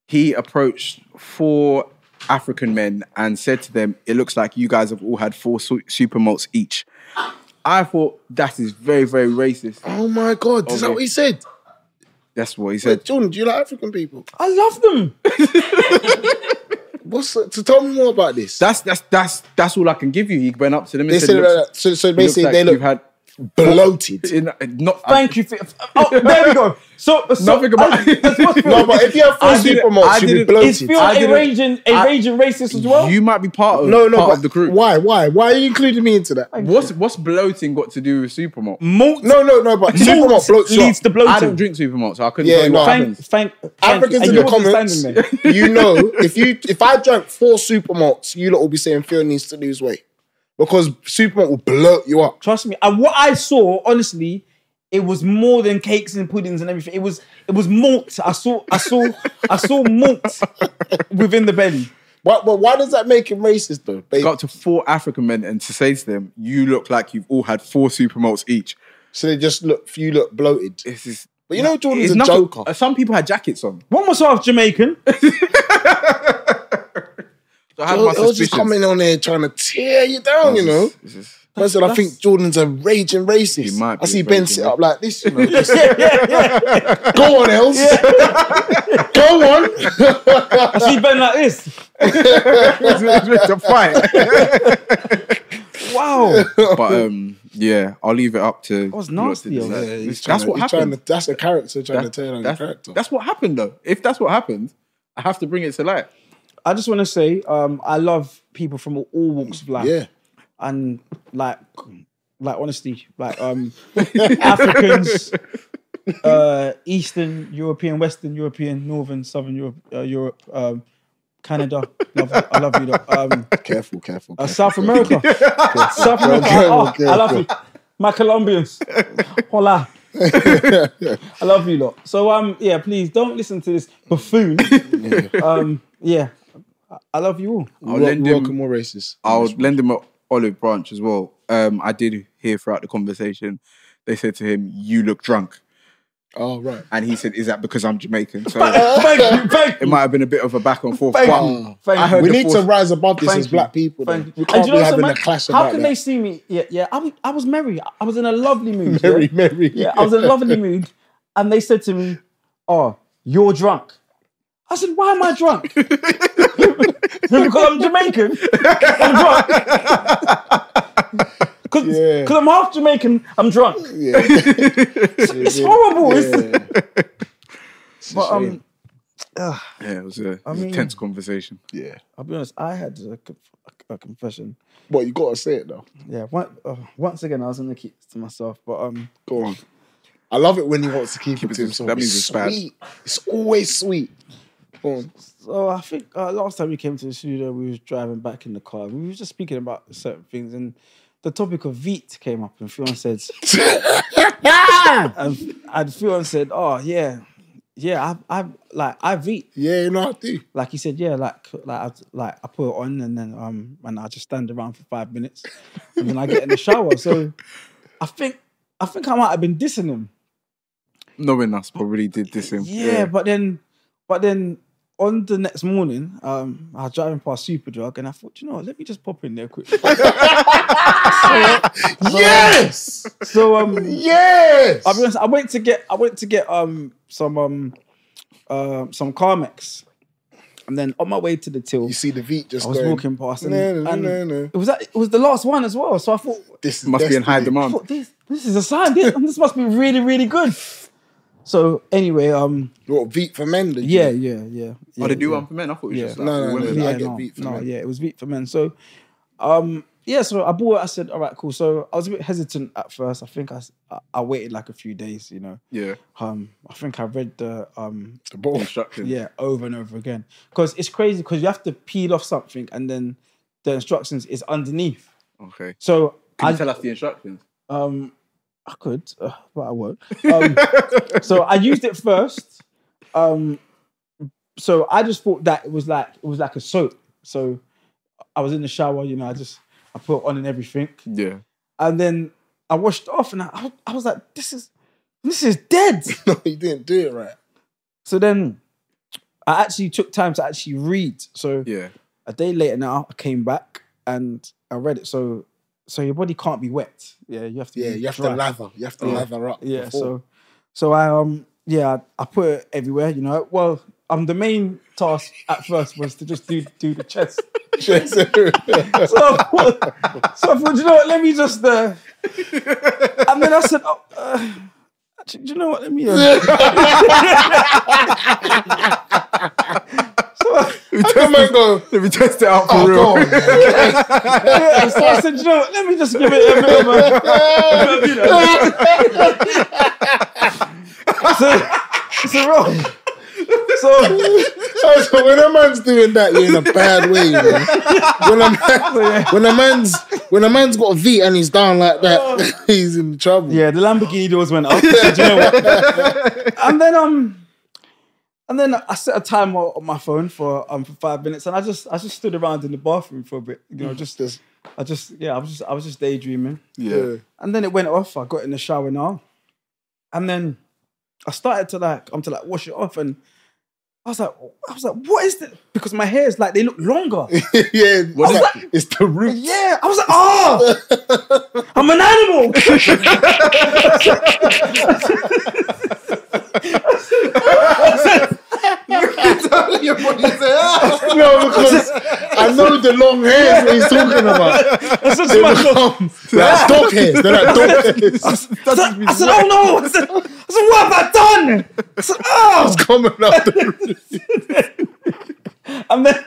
S2: he approached four African men and said to them, It looks like you guys have all had four su- super malts each. I thought that is very, very racist.
S1: Oh my god, is that
S2: Okay.
S1: what he said?
S2: That's what he
S1: Wait,
S2: said.
S1: Jordan, do you like African people?
S3: I love them.
S1: What's to tell me more about this?
S2: That's that's that's that's all I can give you. He went up to them and
S1: they
S2: said,
S1: said
S2: "Looks-
S1: like that. So, so
S2: looks
S1: basically,
S2: like
S1: they
S2: you've
S1: look
S2: had
S1: bloated.
S2: In- not
S3: Thank you. For, oh, there we go. So, so
S2: Nothing about-
S3: I- that's what's-
S1: No, but if you have
S2: I
S1: four
S2: didn't- I
S1: supermarkets, you'd be
S2: didn't-
S3: is
S1: bloated.
S3: Phil
S2: I
S3: a
S2: didn't-
S3: raging, a
S2: I-
S3: raging racist as well?
S2: You might be part of
S1: No, no,
S2: part
S1: but
S2: of the crew.
S1: Why, why, why are you including me into that?
S2: What's what's bloating got to do with supermalt?
S3: Malt
S1: No, no, no, but
S3: malt
S1: supermarket bloats you up.
S3: leads to
S2: I don't
S3: bloating.
S2: drink supermalt, so I couldn't
S1: Yeah,
S2: tell you
S1: no.
S2: what
S1: Thank-
S3: Thank,
S2: happens.
S3: thank, thank
S1: Africans
S3: you.
S1: in
S3: And
S1: the
S3: you wasn't
S1: comments,
S3: standing there.
S1: you know, if you if I drank four supermarkets, you lot will be saying Phil needs to lose weight because supermarket will bloat you up.
S3: Trust me. And what I saw, honestly, it was more than cakes and puddings and everything. It was it was malt. I saw I saw I saw malt within the belly.
S1: But, but why does that make him racist though? Babe?
S2: Got to four African men and to say to them, "You look like you've all had four supermalts each."
S1: So they just look, you look bloated.
S2: This is
S1: But you know Jordan's
S2: it's
S1: a
S2: nothing.
S1: joker.
S2: uh, Some people had jackets on,
S3: One was half Jamaican.
S2: so I
S1: He'll,
S2: had my
S1: he'll just
S2: suspicions.
S1: come in on there trying to tear you down, you know.
S2: This is-
S1: I said, I think Jordan's a raging racist.
S2: He might
S1: I
S2: be
S1: see
S2: a
S1: Ben
S2: raging
S1: sit up like this, you know. just- Go on, else. Go on.
S3: I see Ben like this.
S2: this is- this is a fight.
S3: Wow.
S2: but um, yeah, I'll leave it up to. That
S3: was nasty, yo. Yeah,
S2: that's what
S1: he's
S2: happened.
S1: Trying to, that's a character trying
S2: That-
S1: to turn on the
S2: that's,
S1: character.
S2: that's what happened though. If that's what happened, I have to bring it to light.
S3: I just want to say, um, I love people from all walks of life.
S1: yeah.
S3: and like like honestly like um africans uh eastern european western european northern southern europe uh, europe um canada love you, i love you though. um
S1: Careful, careful.
S3: uh,
S1: careful.
S3: south america south america
S1: Okay,
S3: oh,
S1: okay,
S3: i love
S1: okay.
S3: you my colombians hola i love you lot so um yeah please don't listen to this buffoon um yeah I- i love you all
S2: I'll
S1: Wel-
S2: lend
S1: welcome
S2: him.
S1: more racists.
S2: I'll lend him an olive branch as well. Um, I did hear throughout the conversation, they said to him, "You look drunk,"
S1: Oh, right.
S2: and he said, "Is that because I'm Jamaican?"
S1: uh,
S2: So
S3: thank you thank
S2: it might have been a bit of a back and forth.
S3: Thank
S2: but
S3: you. Thank
S2: I
S3: you.
S2: heard
S1: Ah. We
S2: the
S1: need to
S2: fourth-
S1: rise above this
S3: Thank
S1: as
S3: you.
S1: black people. though.
S3: Thank you.
S1: We
S3: And
S1: can't
S3: you
S1: be
S3: know what's
S1: having
S3: ama-
S1: a clash
S3: How
S1: about
S3: can they
S1: that.
S3: see me? Yeah, yeah. I was, I was merry. I was in a lovely mood.
S1: Merry,
S3: yeah.
S1: merry.
S3: Yeah, I was in a lovely mood, and they said to me, "Oh, you're drunk." I said, "Why am I drunk?" because I'm Jamaican. I'm drunk. Because
S1: Yeah.
S3: I'm half Jamaican. I'm drunk. It's, it's horrible. It's,
S1: Yeah.
S3: but um,
S2: Yeah, it was a, it was a
S3: mean-
S2: tense conversation.
S1: yeah.
S3: I'll be honest. I had a, conf- a confession.
S1: But you got to say it, though.
S3: Yeah. One, uh, once again, I was gonna keep this to myself, but um.
S1: Go on. I love it when he wants to keep, it to
S2: it-
S1: himself.
S2: that means
S1: it's
S2: it's bad.
S1: sweet. It's always sweet. Go on.
S3: So I think uh, last time we came to the studio, we was driving back in the car. We were just speaking about certain things, and the topic of Veet came up, and Fiona said, and, and Fiona said, "Oh yeah, yeah, I, I like I Veet."
S1: Yeah, you know I do.
S3: Like he said, yeah, like like I, like I put it on, and then um, and I just stand around for five minutes, and then I get in the shower. So I think I think I might have been dissing him.
S2: Knowing us probably did this him.
S3: Yeah, but then, but then on the next morning, um, I was driving past Superdrug and I thought, you know, what, let me just pop in there quick.
S1: Yes!
S3: so um,
S1: Yes!
S3: I'll be honest, I went to get, I went to get um some um uh, some Carmex, and then on my way to the till,
S1: you see the beat just
S3: I was
S1: going,
S3: walking past and,
S1: No, no,
S3: and
S1: no, no.
S3: it was that, it was the last one as well. So I thought,
S1: This is
S2: must be in high
S1: destiny.
S2: demand.
S3: thought this this is a sign. This this must be really really good. So anyway, um,
S1: What, beat for men? did you
S3: yeah, yeah, yeah. yeah
S2: Oh, they do
S3: yeah.
S2: one for men. I thought it was
S3: Yeah.
S2: just like
S1: No,
S2: for
S1: no, no,
S2: women.
S1: no.
S3: yeah,
S1: I get
S3: no,
S1: beat for
S3: no,
S1: men.
S3: yeah, it was beat for men. So, um, yeah, so I bought. it. I said, all right, cool. So I was a bit hesitant at first. I think I, s- I- I waited like a few days. You know,
S2: Yeah,
S3: um, I think I read the um,
S1: The ball.
S2: instruction.
S3: yeah, over and over again because it's crazy because you have to peel off something and then the instructions is underneath.
S2: Okay.
S3: So
S2: Can
S3: I
S2: you tell us the instructions?
S3: um, I could, uh, but I won't. Um, so I used it first. Um, so I just thought that it was like it was like a soap. So I was in the shower, you know, I just I put it on and everything,
S2: Yeah.
S3: and then I washed it off, and I, I was like, this is this is dead.
S1: No, you didn't do it right.
S3: so then I actually took time to actually read. So
S2: Yeah.
S3: a day later now I came back and I read it. So so your body can't be wet. Yeah, you have to.
S1: Yeah,
S3: be
S1: you have to
S3: dry.
S1: lather. You have to
S3: Yeah.
S1: lather up.
S3: Yeah,
S1: before.
S3: so so I um yeah, I, I put it everywhere, you know. Well, um the main task at first was to just do do the chest.
S1: Yes.
S3: So I thought, so I thought, you know what, let me just uh And then I said, oh, uh, do do you know what? Let me. Uh,
S1: Come on, go.
S2: Let me test it out for
S1: Oh,
S2: real.
S1: go on, man.
S3: Yeah, so I said, you know what, let me just give it a bit of a, a bit of, you know. so, so Rob, so,
S1: So when a man's doing that, you're in a bad way. You know? when, a man, when a man's when a man's got a V and he's down like that, he's in trouble.
S3: yeah, the Lamborghini doors went up. So do you know what? And then um, and then I set a timer on my phone for um for five minutes, and I just I just stood around in the bathroom for a bit, you know, just
S1: Just-
S3: I just yeah, I was just I was just daydreaming.
S2: Yeah.
S3: And then it went off. I got in the shower now. And then I started to like, I'm to like wash it off. And I was like, I was like, what is this? Because my hair is like, they look longer.
S1: yeah.
S2: What
S1: it's, like- it's the root.
S3: yeah. I was like, oh, I'm an animal.
S1: Your body is there. no, because I know the long hairs that he's talking about.
S3: I said to myself,
S1: They're like dog hairs. They're like dog
S3: I
S1: hairs
S3: said, I said, I said, oh no. I said, I said, what have I done? I said, oh.
S1: coming out the root.
S3: And then,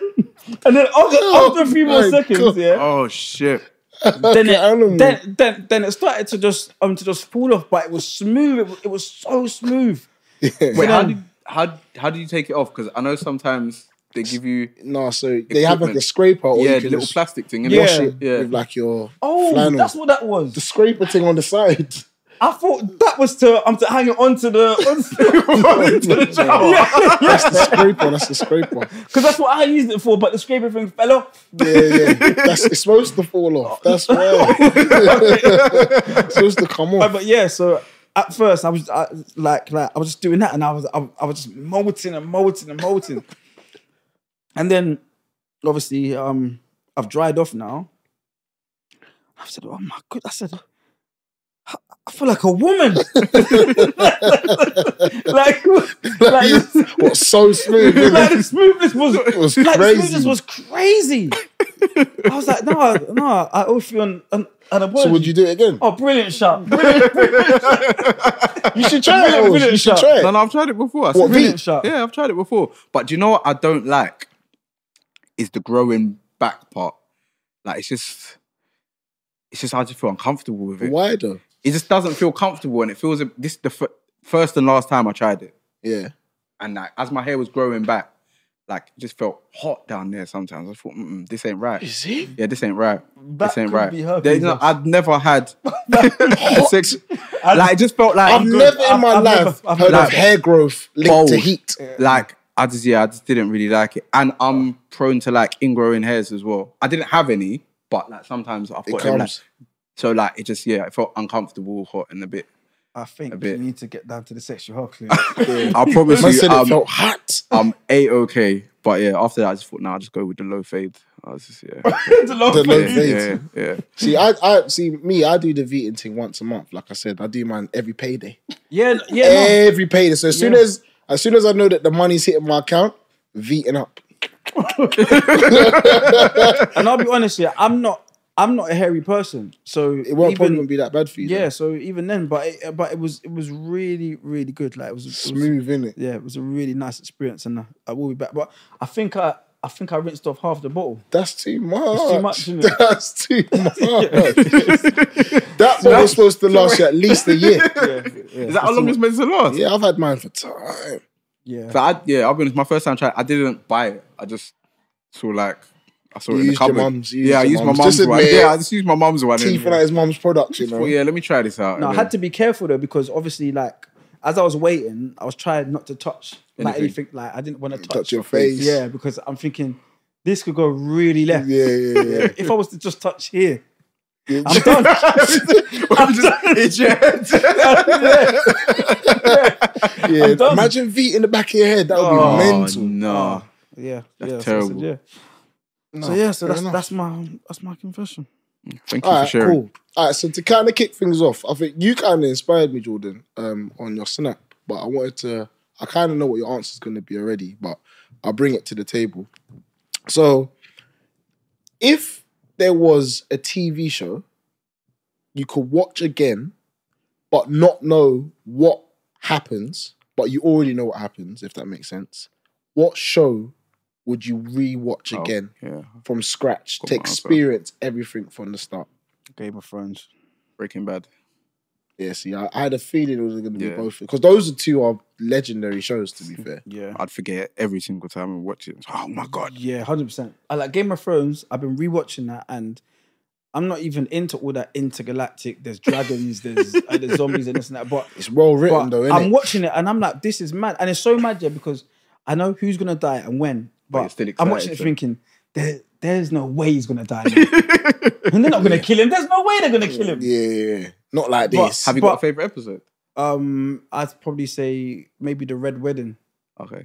S3: and then after, after a few more
S1: Oh my
S3: seconds,
S1: God.
S3: yeah.
S2: Oh shit.
S3: then
S1: Okay, animal.
S3: it, then, then then it started to just um to just fall off, but it was smooth. It was, it was so smooth.
S2: Wait, how
S3: know-
S2: did how how do you take it off? Because I know sometimes they give you
S1: No, so they have like a
S2: Equipment.
S1: scraper or
S2: yeah
S1: you
S2: the
S1: can
S2: little
S1: just
S2: plastic thing. innit?
S3: Yeah.
S1: wash it
S2: Yeah.
S1: with like your
S3: Oh,
S1: flannel.
S3: that's what that was.
S1: the scraper thing on the side.
S3: I thought that was to um to hang it onto the onto
S1: Oh
S3: the shower.
S1: That's the scraper. That's the scraper.
S3: because that's what I used it for. But the scraper thing fell off.
S1: Yeah, yeah. That's, it's supposed to fall off. That's why. it's supposed to come
S3: But,
S1: off.
S3: but yeah, so at first I was I, like like I was just doing that, and I was I, I was just molting and molting and molting, and then obviously um I've dried off now. I've said, oh my god! I said. "I- I feel like a woman, like, like,
S1: What so smooth? innit?
S3: like this smoothness was,
S1: It was
S3: like the
S1: crazy.
S3: smoothness was crazy. I was like, no, I- no, I owe you an an, an apology.
S1: so would you do it again?
S3: oh, brilliant shot! Brilliant,
S1: you should try it. Oz.
S3: Really, really
S1: You should
S3: sharp.
S1: try
S2: No,
S1: it.
S2: no, I've tried it before. I
S1: What,
S2: said-
S3: brilliant shot!
S2: yeah, I've tried it before. But do you know what I don't like? Is the growing back part. Like it's just it's just I just feel uncomfortable with it.
S1: Why though?
S2: It just doesn't feel comfortable and it feels this the f- first and last time I tried it.
S1: Yeah.
S2: And like as my hair was growing back, like it just felt hot down there sometimes. I thought, Mm-mm, this ain't right.
S1: Is it?
S2: Yeah, this ain't right.
S3: That
S2: this ain't
S3: could
S2: right.
S3: be herpes,
S2: There's no-
S3: boss.
S2: I've never had sex. Like it just felt like
S1: I've never in
S3: I've-
S1: my
S3: I've never-
S1: life
S3: I've
S1: heard
S3: never-
S1: of hair growth linked to
S2: Bold.
S1: heat.
S2: like I just yeah, I just didn't really like it. And I'm prone to like ingrowing hairs as well. I didn't have any, but like sometimes I've
S1: It
S2: got them. Like,
S1: comes.
S2: so like it just yeah, it felt uncomfortable, hot and a bit.
S3: I think
S2: bit.
S3: you need to get down to the sexual health clinic.
S2: I promise
S1: Man said
S2: you,
S1: it
S2: um,
S1: felt hot.
S3: Oh,
S2: I'm a okay. But yeah, after that I just thought, nah, I'll just go with the low fade. I was just yeah,
S3: the low
S1: The low
S3: fade.
S2: yeah, yeah,
S1: fade.
S2: yeah.
S1: See, I, I see me. I do the vegan thing once a month. Like I said, I do mine every payday.
S3: Yeah, yeah. no.
S1: Every payday. So as soon
S3: Yeah.
S1: as as soon as I know that the money's hitting my account, vegan up.
S3: And I'll be honest here, I'm not, I'm not a hairy person, so
S1: It won't probably won't be that bad for you.
S3: yeah, so even then, but it, but it was it was really really good. Like it was it was-
S1: though. smooth in it.
S3: yeah, it was a really nice experience, and I, I will be back. But I think I I think I rinsed off half the bottle.
S1: That's too much.
S3: too much, isn't it?
S1: That's too much. that one was supposed to last you at least a year.
S2: Is that how long it's meant to last?
S1: Yeah, I've had mine for time.
S3: Yeah,
S2: So I, yeah, I'll be honest. My first time trying, I didn't buy it. I just saw like I saw
S1: You
S2: it in the
S1: used your
S2: cupboard.
S1: mum's, you used
S2: yeah, I
S1: your
S2: used my
S1: mum's.
S2: mum's
S1: Just
S2: one.
S1: admit it.
S2: Yeah, I just used my mum's one.
S1: Teeth
S2: and-
S1: out his mum's product, you know.
S2: Well, yeah, let me try this out.
S3: No, I
S2: and
S3: had to be careful though because obviously, like as I was waiting, I was trying not to touch like anything.
S2: Anything.
S3: Like I didn't want to touch,
S1: Touch your face.
S3: Yeah, because I'm thinking this could go really left.
S1: Yeah, yeah, yeah.
S3: If I was to just touch here, I'm done. I'm done.
S2: then- yeah.
S1: yeah.
S3: done.
S1: Imagine V in the back of your head. That would
S3: Oh,
S1: be
S2: Oh
S1: mental.
S2: no.
S3: Yeah,
S2: That's
S3: yeah, so I said,
S2: terrible.
S3: yeah.
S1: No,
S3: So yeah, so
S1: fair
S3: that's
S1: enough.
S3: that's my that's my confession.
S2: Thank you
S1: All
S2: for
S1: right,
S2: sharing.
S1: cool. All right, so to kind of kick things off, I think you kind of inspired me, Jordan, um, on your snap. But I wanted to, I kind of know what your answer's going to be already, but I'll bring it to the table. So, if there was a TV show you could watch again, but not know what happens, but you already know what happens, if that makes sense. What show would you
S2: Oh.
S1: re-watch again
S2: Yeah.
S1: from scratch
S2: Got
S1: to
S2: my answer.
S1: experience everything from the start?
S3: Game of Thrones.
S2: Breaking Bad.
S1: Yeah, see, I, I had a feeling it was going to be
S2: Yeah.
S1: both because those are two are legendary shows. To be fair,
S3: Yeah.
S2: I'd forget every single time and watch it. Oh my god.
S3: Yeah, hundred percent. I like Game of Thrones. I've been rewatching that, and I'm not even into all that intergalactic. There's dragons, there's uh, there's zombies and this and that. But
S1: it's well written
S3: but
S1: though.
S3: I'm
S1: Innit?
S3: watching it, and I'm like, this is mad, and it's so mad, yeah, because I know who's gonna die and when. But,
S2: you're still
S3: I'm
S2: excited,
S3: watching it
S2: so-
S3: thinking there, there's no way he's gonna die, now. and they're not gonna kill him. There's no way they're gonna kill him.
S1: yeah, yeah, yeah. not like
S3: But-
S1: this.
S2: Have you got
S3: But-
S2: a favorite episode?
S3: Um, I'd probably say maybe the Red Wedding.
S2: Okay. What,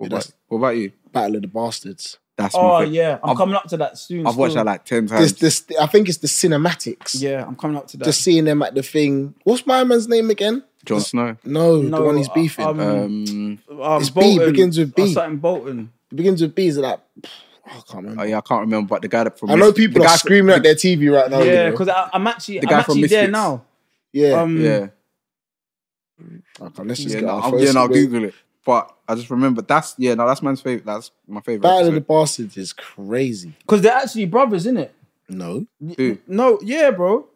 S1: Yeah,
S2: about,
S1: that's-
S2: what about you?
S1: Battle of the Bastards.
S2: That's
S3: Oh
S2: my favorite.
S3: yeah, I'm
S2: I've-
S3: coming up to that soon.
S2: I've watched
S3: still.
S2: that like ten
S1: This,
S2: times.
S1: this, I think it's the cinematics.
S3: Yeah, I'm coming up to that.
S1: Just seeing them at the thing. What's my man's name again?
S2: Jon Snow.
S1: No, the one he's
S3: uh,
S1: beefing.
S3: um,
S2: Um,
S3: um,
S1: It's B, begins with B.
S3: or Something Bolton.
S1: it begins with B's. Like, pff, I can't remember.
S2: oh yeah, I can't remember, but the guy that from
S1: I know
S2: Mis-
S1: people
S2: the
S1: are
S2: guy from-
S1: screaming at their TV right now.
S3: yeah,
S1: Yeah,
S3: because I'm actually,
S2: The
S3: I'm
S2: guy from
S3: actually there
S2: Misfits.
S3: now.
S1: yeah.
S3: Um,
S2: Yeah,
S1: Okay, let's just
S2: yeah,
S1: get
S2: no,
S1: our
S2: I'll,
S1: first
S2: yeah, no, I'll
S1: win.
S2: Google it. But I just remember that's yeah, no, that's man's favorite. That's my favorite.
S1: Battle of the
S2: episode.
S1: Bastards is crazy.
S3: because they're actually brothers, isn't it?
S1: No,
S2: Who?
S3: No, yeah, bro.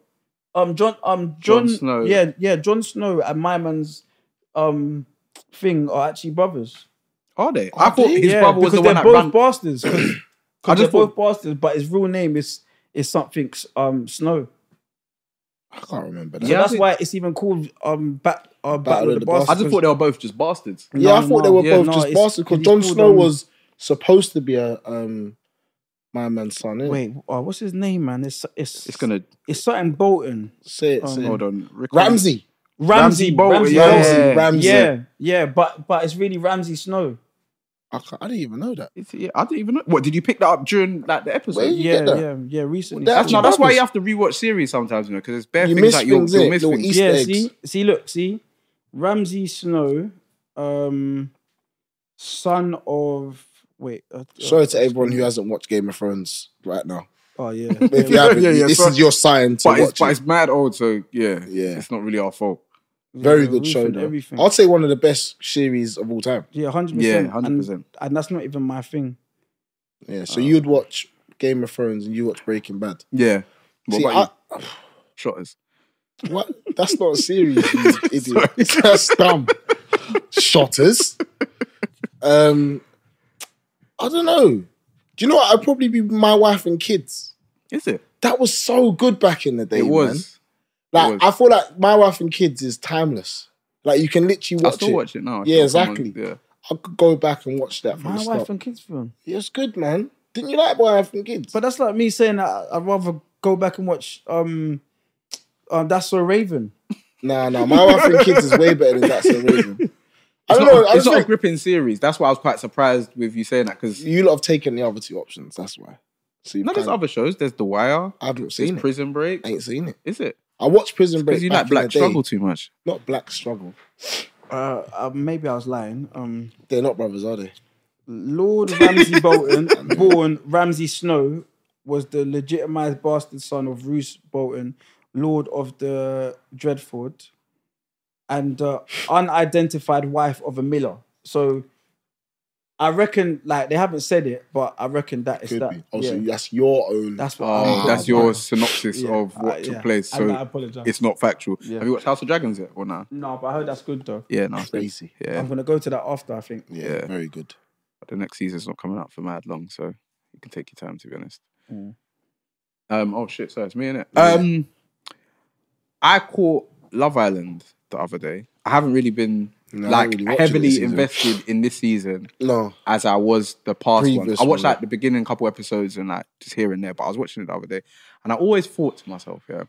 S3: Um, John, um, John,
S2: Jon Snow.
S3: Yeah, yeah, John Snow and my man's um thing are actually brothers.
S2: Are they? I thought his
S3: yeah,
S2: brother was
S3: because
S2: the
S3: they're
S2: one that
S3: both
S2: ran.
S3: bastards. Because
S2: I
S3: they're
S2: just
S3: both
S2: thought.
S3: bastards, but his real name is is something um Snow.
S1: I can't remember that.
S3: So
S2: Yeah, I
S3: that's
S2: think-
S3: why it's even called um Bat uh, Battle of the Bastards.
S2: I just thought they were both just bastards.
S1: Yeah, I
S3: No,
S1: thought they
S3: no,
S1: were
S2: yeah,
S1: both
S3: no,
S1: just
S3: it's-
S1: bastards because
S3: it's
S1: Jon
S3: called,
S1: Snow
S3: um,
S1: was supposed to be a um, my man's son. innit?
S3: Wait, uh, what's his name, man? It's it's
S2: It's gonna
S3: it's something Bolton.
S1: say it. Say it.
S2: oh, hold on. Rick-
S1: Ramsey.
S3: Ramsey,
S2: Bolton,
S3: Ramsey
S2: yeah.
S1: Ramsey.
S3: Bolton.
S1: Ramsey.
S3: Yeah, yeah, but but it's really Ramsey Snow.
S1: I, can't- I didn't even know that.
S2: It's- yeah, I didn't even know. What did you pick that up during like the episode?
S1: Where you
S3: Yeah,
S1: get that?
S3: yeah, yeah. Recently,
S1: Well,
S2: That's, no,
S1: actually
S2: that's why
S1: brothers.
S2: you have to rewatch series sometimes, you know, because it's bare
S1: You
S2: things
S1: miss
S2: that you'll,
S1: things,
S2: you'll
S1: innit?
S2: miss
S1: Little
S2: things.
S1: Easter
S3: yeah.
S1: eggs.
S3: See, see, look, see, Ramsey Snow, um, son of wait. Uh,
S1: Sorry to everyone who hasn't watched Game of Thrones right now.
S3: Oh yeah,
S1: If you
S3: yeah,
S1: haven't,
S2: yeah, yeah,
S1: this
S2: sorry.
S1: is your sign to
S2: But
S1: watch.
S2: it's, but
S1: it.
S2: it's mad old, so yeah,
S1: Yeah.
S2: it's not really our fault.
S1: Very
S3: yeah,
S1: good
S3: Ruth
S1: show,
S3: and
S1: though.
S3: Everything.
S1: I'd say one of the best series of all time.
S3: yeah, hundred
S2: Yeah,
S3: percent.
S2: hundred percent.
S3: And that's not even my thing.
S1: Yeah.
S2: Uh,
S1: So you'd watch Game of Thrones and you watch Breaking Bad.
S2: Yeah. What
S1: See,
S2: about
S1: I,
S2: you? Shotters.
S1: what? That's not a series, you idiot. That's dumb. Shotters. Um, I don't know. Do you know what? I'd probably be my wife and kids.
S2: Is it?
S1: That was so good back in the day.
S2: it was.
S1: Man. Like
S2: it was.
S1: I feel like my wife and kids is timeless. Like you can literally
S2: I
S1: watch
S2: still
S1: it.
S2: watch it now. I
S1: Yeah,
S2: still come on-
S1: exactly.
S2: Yeah.
S1: I could go back and watch that from
S3: My
S1: the
S3: wife
S1: start.
S3: and kids film.
S1: It was good, man. Didn't you like my wife and kids?
S3: But that's like me saying that I- I'd rather go back and watch um, um, that's so Raven.
S1: Nah, nah, my wife and kids is way better than that's the reason. I don't
S2: It's
S1: know. I
S2: not- it's
S1: just
S2: not a
S1: think
S2: gripping series. That's why I was quite surprised with you saying that because
S1: you lot have taken the other two options. That's why. So you've
S2: no, there's
S1: kind of-
S2: other shows. There's The Wire.
S1: I haven't
S2: There's
S1: seen it.
S2: Prison Break.
S1: I ain't seen it.
S2: Is it?
S1: I watched Prison Break
S2: Because you
S1: back
S2: like Black
S1: in the
S2: Struggle
S1: day.
S2: too much.
S1: Not Black Struggle.
S3: Uh, uh, maybe I was lying. Um,
S1: They're not brothers, are they?
S3: Lord Ramsay Bolton, born Ramsay Snow, was the legitimized bastard son of Roose Bolton, Lord of the Dreadford, and uh, unidentified wife of a miller. So I reckon, like, they haven't said it, but I reckon that is
S1: Could
S3: that.
S1: be. Oh, so
S3: yeah.
S1: that's your own.
S3: That's what I'm
S1: Uh,
S2: Um,
S3: putting
S2: that's
S3: down.
S2: your synopsis
S3: Yeah,
S2: of what
S3: uh,
S2: took
S3: yeah.
S2: place.
S3: And I
S2: So
S3: apologize.
S2: it's not factual.
S3: Yeah.
S2: Have you watched House of Dragons yet or not?
S3: no, but I heard that's good, though.
S2: Yeah, no. it's good.
S1: crazy.
S2: Yeah,
S3: I'm going to go to that after, I think.
S1: Yeah,
S2: Yeah.
S1: very good.
S2: but the next season's not coming out for mad long, so you can take your time to be honest.
S3: Mm.
S2: Um. Oh shit! So it's me in it. Um. I caught Love Island the other day. I haven't really been
S1: No, I
S2: like
S1: haven't really watched it this
S2: heavily
S1: season.
S2: invested in this season
S1: No,
S2: as I was the past
S1: Previous
S2: one. I watched
S1: one.
S2: like the beginning couple episodes and like just here and there, but I was watching it the other day, and I always thought to myself, yeah,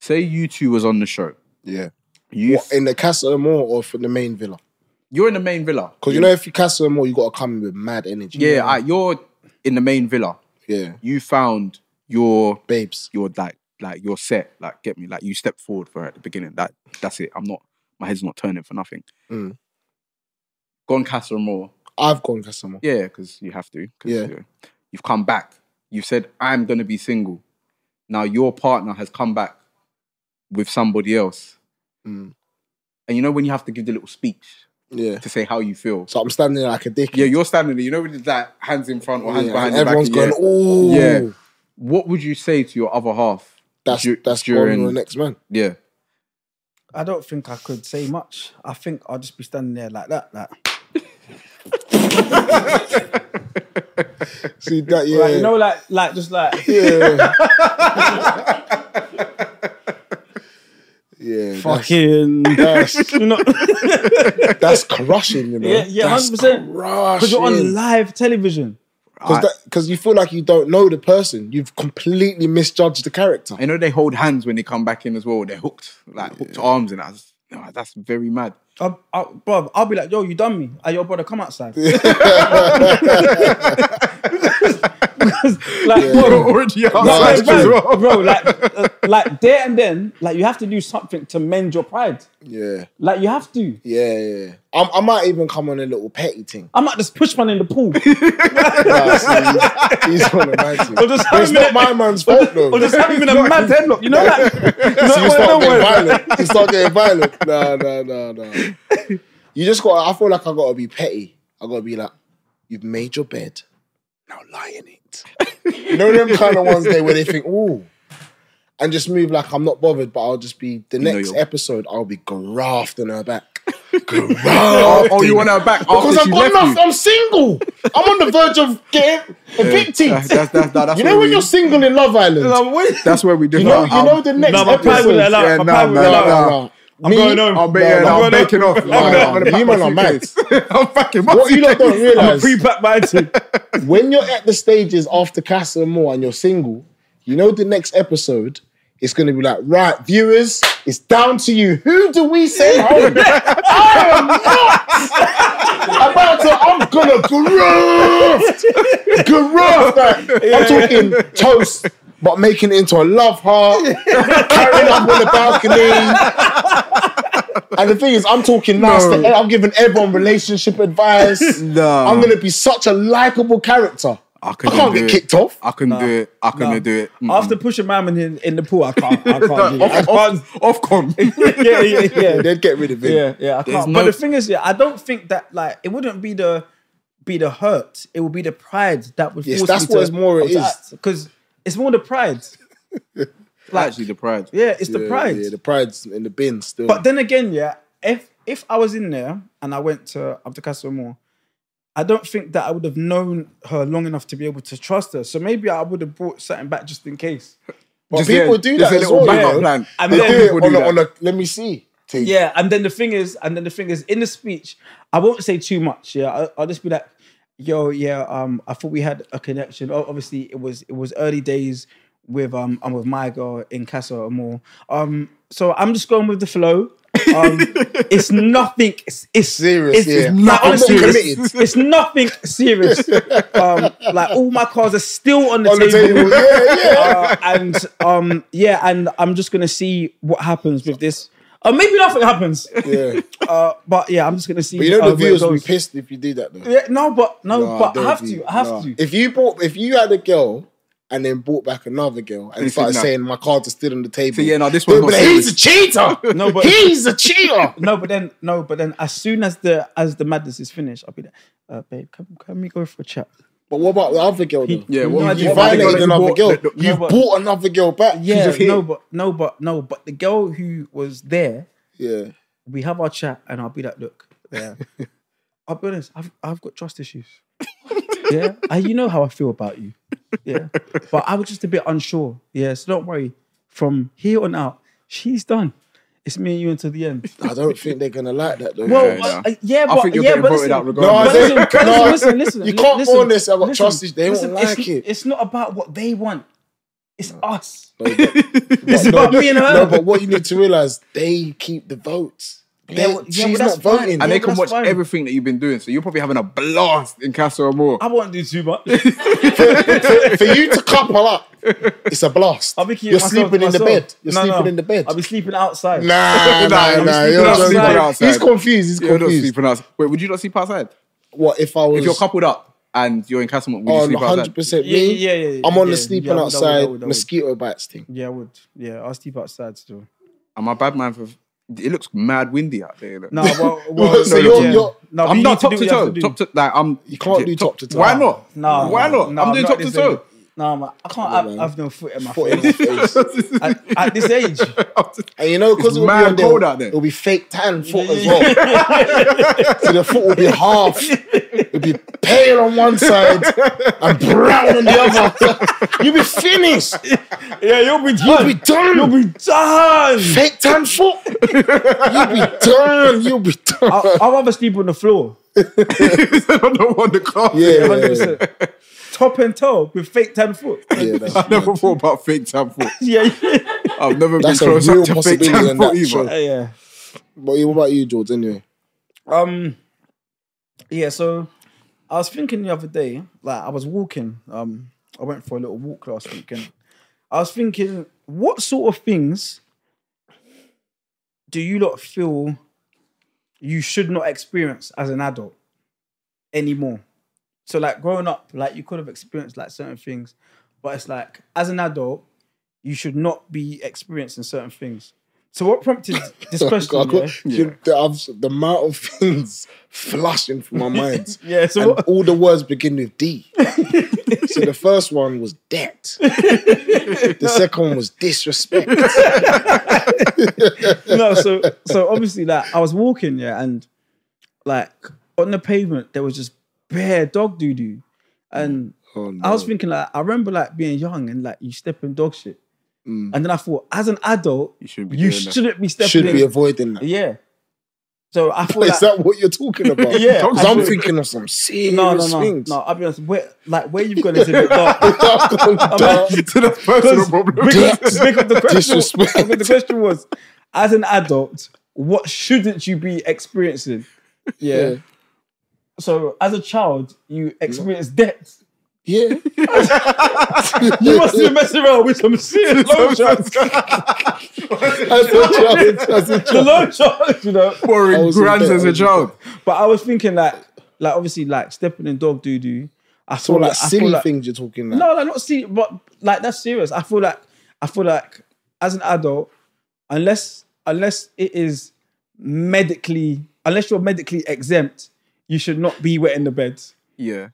S2: say you two was on the show,
S1: yeah.
S2: you
S1: What, in the Casa Amor or from the main villa?
S2: you're in the main villa
S1: Because you know, if you Casa Amor, you got to come in with mad energy.
S2: yeah, I, you're in the main villa.
S1: yeah.
S2: You found your
S1: Babes,
S2: your like like your set like get me like you step forward for her at the beginning that that's it i'm not my head's not turning for nothing
S1: Mm.
S2: gone castle more
S1: I've gone Casa Amor.
S2: yeah because you have to 'cause,
S1: Yeah.
S2: you know, you've come back you've said i'm going to be single now your partner has come back with somebody else.
S1: Mm.
S2: And you know when you have to give the little speech
S1: Yeah.
S2: to say how you feel.
S1: So I'm standing there like a dick.
S2: Yeah, you're standing there. You know when it's like hands in front or hands
S1: Yeah,
S2: behind
S1: and
S2: your back.
S1: everyone's
S2: and yeah.
S1: going, oh,
S2: Yeah. What would you say to your other half?
S1: That's
S2: du-
S1: that's
S2: during-
S1: going on the next man.
S2: Yeah.
S3: I don't think I could say much. I think I'll just be standing there like that, like.
S1: See that? Yeah,
S3: Like, you know, like, like, just like,
S1: yeah, yeah. that's-
S3: fucking,
S1: That's,
S3: you know,
S1: that's crushing, you know.
S3: yeah, yeah, hundred percent. Because
S1: Because
S3: you're on live television.
S1: because you feel like you don't know the person. You've completely misjudged the character.
S2: I know they hold hands when they come back in as well. They're hooked, like hooked arms, and I was, no, that's very mad.
S3: I, I, bro, I'll be like, yo, you done me? Hey, yo, brother, come outside. Because, like, bro,
S2: Already
S1: that's
S2: outside
S3: like,
S2: as
S3: bro,
S2: well.
S3: bro, like, uh, like there and then, like, you have to do something to mend your pride.
S1: Yeah,
S3: Like, you have to.
S1: yeah, yeah. I'm, I might even come on a little petty thing.
S3: I might just push one in the pool.
S1: Nah, see, he's on a man thing.
S3: Or just have
S1: It's
S3: him in
S1: not
S3: a-
S1: my man's fault though.
S3: Or just have him in a mad headlock. You know, like, you know,
S1: you
S3: when
S1: start
S3: no
S1: getting
S3: one-
S1: violent. You start getting violent. Nah, nah, nah, nah. You just got. I feel like I gotta be petty. I gotta be like, you've made your bed, now lie in it. you know them kind of ones there where they think, ooh, and just move like I'm not bothered, but I'll just be the
S2: know
S1: next
S2: you're-
S1: episode. I'll be grafting her back.
S2: Oh,
S1: Grafting.
S2: oh, you want her back
S1: Because
S2: after
S1: I've
S2: she
S1: got
S2: left
S1: enough.
S2: you?
S1: I'm single. I'm on the verge of getting evicted.
S2: That's, that's, that's, that's
S1: you know
S2: where
S1: when
S2: we-
S1: you're single in Love Island.
S3: Like, what?
S2: That's where we Um, do.
S1: You know, you know the next
S3: No, my pride
S1: episode.
S3: will allow.
S2: Yeah,
S3: my
S2: nah,
S3: pride will
S2: man,
S3: allow.
S2: nah,
S1: nah.
S3: I'm
S1: Me-
S3: going home.
S2: I'm, ba-
S1: No,
S2: yeah,
S1: no,
S2: I'm
S3: no.
S2: baking off.
S1: Nah,
S2: I'm
S1: nah,
S2: gonna pack
S1: you
S2: my
S1: man are mad.
S2: suitcase. I'm packing my
S1: What you lot don't
S2: suitcase.
S3: I'm a
S1: realize
S3: pre-packed man. too.
S1: when you're at the stages after Castle Moore and you're single, you know the next episode is going to be like, right, viewers, it's down to you. Who do we send home? I am not about to. I'm gonna graft, graft. Like, I'm talking toast, but making it into a love heart, carrying up on the balcony. And the thing is, I'm talking nice. to- I'm giving everyone relationship advice.
S2: No.
S1: I'm gonna be such a likable character. I,
S2: couldn't
S1: can't
S2: do
S1: get
S2: it.
S1: kicked off.
S2: I couldn't do it. I couldn't
S3: Nah.
S2: do it. Mm-mm.
S3: After pushing Mammon in, in the pool, I can't. I can't. do
S2: off,
S3: it.
S2: off, off com.
S3: yeah, yeah, yeah,
S1: They'd get rid of it.
S3: yeah, yeah. I
S2: There's
S3: can't. But
S2: no-
S3: the thing is, yeah, I don't think that like it wouldn't be the be the hurt. It would be the pride that would.
S1: Yes,
S3: force
S1: that's
S3: me
S1: what
S3: to,
S1: it's more it is.
S3: because it's more the pride.
S2: Actually, the pride.
S3: Yeah, it's the
S1: Yeah,
S3: pride.
S1: Yeah, the pride's in the bin still.
S3: But then again, yeah, if if I was in there and I went to Abdul Castle Moore, I don't think that I would have known her long enough to be able to trust her. So maybe I would have brought something back just in case.
S1: But
S2: Just,
S1: people
S2: yeah,
S1: do
S2: there's
S1: that
S2: a
S1: as well.
S2: little backup
S1: you know?
S2: plan.
S3: And
S1: They
S3: then-
S1: do it
S2: People
S1: on,
S2: do
S1: a,
S2: that.
S1: on a let me see. thing.
S3: Yeah, and then the thing is, and then the thing is, in the speech, I won't say too much. Yeah, I'll, I'll just be like, "Yo, yeah, um, I thought we had a connection. Oh, obviously, it was it was early days with um, I'm with my girl in Casa Amor. Um, so I'm just going with the flow. Um, it's nothing. It's, it's
S1: Serious,
S3: It's,
S1: yeah.
S3: it's
S1: I'm not
S3: not honestly, it's,
S1: committed.
S3: it's nothing serious. Um, like all my cars are still on the
S1: On the table.
S3: table
S1: Yeah, yeah.
S3: uh, and um, yeah, and I'm just gonna see what happens with this. Uh, maybe nothing happens.
S1: yeah.
S3: Uh, but yeah, I'm just gonna see.
S1: But you know
S3: uh,
S1: the
S3: where it
S1: viewers will be
S3: goes.
S1: pissed if you do that though.
S3: Yeah, no, but no,
S1: Nah,
S3: but I
S1: they'll
S3: have
S1: be-
S3: to. I have
S1: nah.
S3: to.
S1: If you bought, if you had a girl and then brought back another girl and
S2: said
S1: started
S2: no.
S1: saying my cards are still on the table,
S2: yeah, no, this
S1: they'll
S2: one's
S1: be
S2: not
S1: like, he's a cheater.
S3: No, but-
S1: he's a cheater.
S3: No, but then no, but then as soon as the as the madness is finished, I'll be like, uh, babe, can, can we go for a chat?
S1: But what about the other girl though?
S2: Yeah,
S3: No,
S2: what,
S3: I
S2: what
S3: did-
S1: You
S2: about the girl
S1: violated
S2: that
S1: another
S2: bought-
S1: girl.
S2: that- that-
S1: you
S3: but-
S1: bought another girl back. She's
S3: Yeah,
S1: just here.
S3: no, but no, but no, but the girl who was there,
S1: yeah.
S3: we have our chat, and I'll be like, look, yeah, I'll be honest, I've I've got trust issues. yeah, and you know how I feel about you. Yeah, but I was just a bit unsure. Yeah, so don't worry. From here on out, she's done. It's me and you until the end.
S1: I don't think they're gonna like that though.
S3: Well,
S2: Yeah,
S3: uh, yeah,
S2: I
S3: but
S2: think you're
S3: yeah,
S2: getting
S3: but
S2: voted
S3: listen,
S2: out
S1: No,
S3: but
S1: I
S2: regardless.
S3: listen,
S1: think-
S3: listen,
S1: no,
S3: listen, listen,
S1: you
S3: li-
S1: can't
S3: listen,
S1: own this, I've got
S3: listen,
S1: trust issues, they won't
S3: listen, it's-
S1: like it.
S3: It's not about what they want. It's us.
S1: No, but-
S3: It's about being
S1: no,
S3: her.
S1: but what you need to realize, they keep the votes. They-
S3: well, yeah,
S1: she's
S3: well,
S1: not
S3: that's fine.
S1: voting.
S2: and
S3: Yeah,
S2: they
S3: but
S2: can
S3: that's
S2: watch
S3: fine.
S2: everything that you've been doing. So you're probably having a blast in Casa Amor.
S3: I won't do too much.
S1: For you to couple up, it's a blast.
S3: I'll be keeping
S1: You're
S3: myself
S1: sleeping
S3: to
S1: in the
S3: myself.
S1: bed. You're
S3: No,
S1: sleeping
S3: no.
S1: in the bed.
S3: I'll be sleeping outside.
S1: Nah, nah,
S2: I'll be
S1: nah.
S2: sleeping
S1: You're
S2: outside.
S1: joking.
S2: Outside.
S1: He's confused. He's
S2: You're not
S1: confused.
S2: sleeping outside. Wait, would you not sleep outside?
S1: What if I was?
S2: If you're coupled up and you're in Casa Amor, would you
S1: on
S2: sleep outside?
S1: 100 percent
S3: Yeah,
S1: me,
S3: yeah, yeah, yeah,
S1: I'm on the
S3: yeah,
S1: sleeping
S3: yeah, I would, I would, I
S1: outside
S3: would, I would.
S1: mosquito bites thing.
S3: Yeah, I would. Yeah, I'll sleep outside still.
S2: Am I bad man for? It looks mad windy out there.
S3: No, well, well
S1: So you're- you're-
S3: no, but
S2: I'm
S3: you
S2: not
S3: need
S2: top
S3: do
S2: to
S3: what you have
S2: toe.
S3: do.
S2: Top to like I'm.
S1: You can't do top to toe.
S2: Why not?
S3: No,
S2: Why
S3: no,
S2: not?
S3: no,
S2: I'm doing
S3: not
S2: top
S3: this
S2: to toe.
S3: age. No, man, I can't have,
S1: man.
S3: have no foot in my
S1: Foot in my
S3: face
S1: face.
S3: at, at this age.
S1: And you know, because
S2: It's
S1: it'll be
S2: mad
S1: on there,
S2: cold out there.
S1: It'll be fake tan foot as well. so the foot will be half. It'll be pale on one side and brown on the other. You'll be finished.
S3: Yeah, you'll be
S1: You'll
S3: done.
S1: be done.
S3: You'll be done.
S1: fake tan foot. You'll be done. You'll be done.
S3: I, I'd rather sleep on the floor.
S2: I don't want the car.
S1: yeah, yeah, yeah.
S3: 100%. Top and toe with fake ten foot.
S1: Yeah, that's,
S2: I never thought about fake time foot.
S3: Yeah, yeah,
S2: I've never been
S1: That's a
S2: close
S1: real
S2: up to fake
S1: possibility
S2: time
S1: in
S2: foot
S1: that
S2: either.
S1: show.
S3: yeah.
S1: But yeah, what about you, George? Anyway,
S3: Um, yeah. So I was thinking the other day, like I was walking. Um, I went for a little walk last weekend. I was thinking, what sort of things do you lot feel you should not experience as an adult anymore? So, like growing up, like you could have experienced like certain things, but it's like as an adult, you should not be experiencing certain things. So, what prompted this question?
S1: I got-
S3: yeah?
S1: you- the, I've- the amount of things flushing from my mind.
S3: Yeah, so
S1: and
S3: what-
S1: all the words begin with D. so the first one was debt. the second one was disrespect.
S3: no, so so obviously like I was walking, yeah, and like on the pavement there was just bare dog doo doo. And
S1: Oh, no.
S3: I was thinking like I remember like being young and like you step in dog shit. And then I thought, as an adult, you
S2: shouldn't
S3: shouldn't
S2: be doing that.
S3: be, stepping
S1: should
S3: in.
S1: be avoiding that. Is
S3: yeah. So I thought like,
S1: that what you're talking about?
S3: Yeah,
S1: because I'm
S3: absolutely.
S1: thinking of some serious
S3: no, no, no,
S1: things.
S3: no. I'll be honest. Where, like where you've gone is a bit dark.
S2: So that's personal problem.
S1: Debt.
S3: because the question,
S1: Disrespect.
S3: because the question was, as an adult, what shouldn't you be experiencing? Yeah.
S1: Yeah.
S3: So as a child, you experience death.
S1: Yeah,
S3: You must be messing around with some serious long shots.
S1: as a child, as a
S3: The
S1: child.
S3: long shots, you know.
S1: I
S2: Boring
S1: was in
S2: grands
S1: debt,
S2: as
S1: I
S2: a
S1: was in
S2: child.
S3: But I was thinking like, like obviously like stepping in dog doo doo. I
S1: So
S3: feel
S1: like
S3: like I feel
S1: silly
S3: like,
S1: things you're talking about.
S3: No, like not see, but like that's serious. I feel like I feel like as an adult, unless unless it is medically, unless you're medically exempt, you should not be wet in the bed.
S2: Yeah.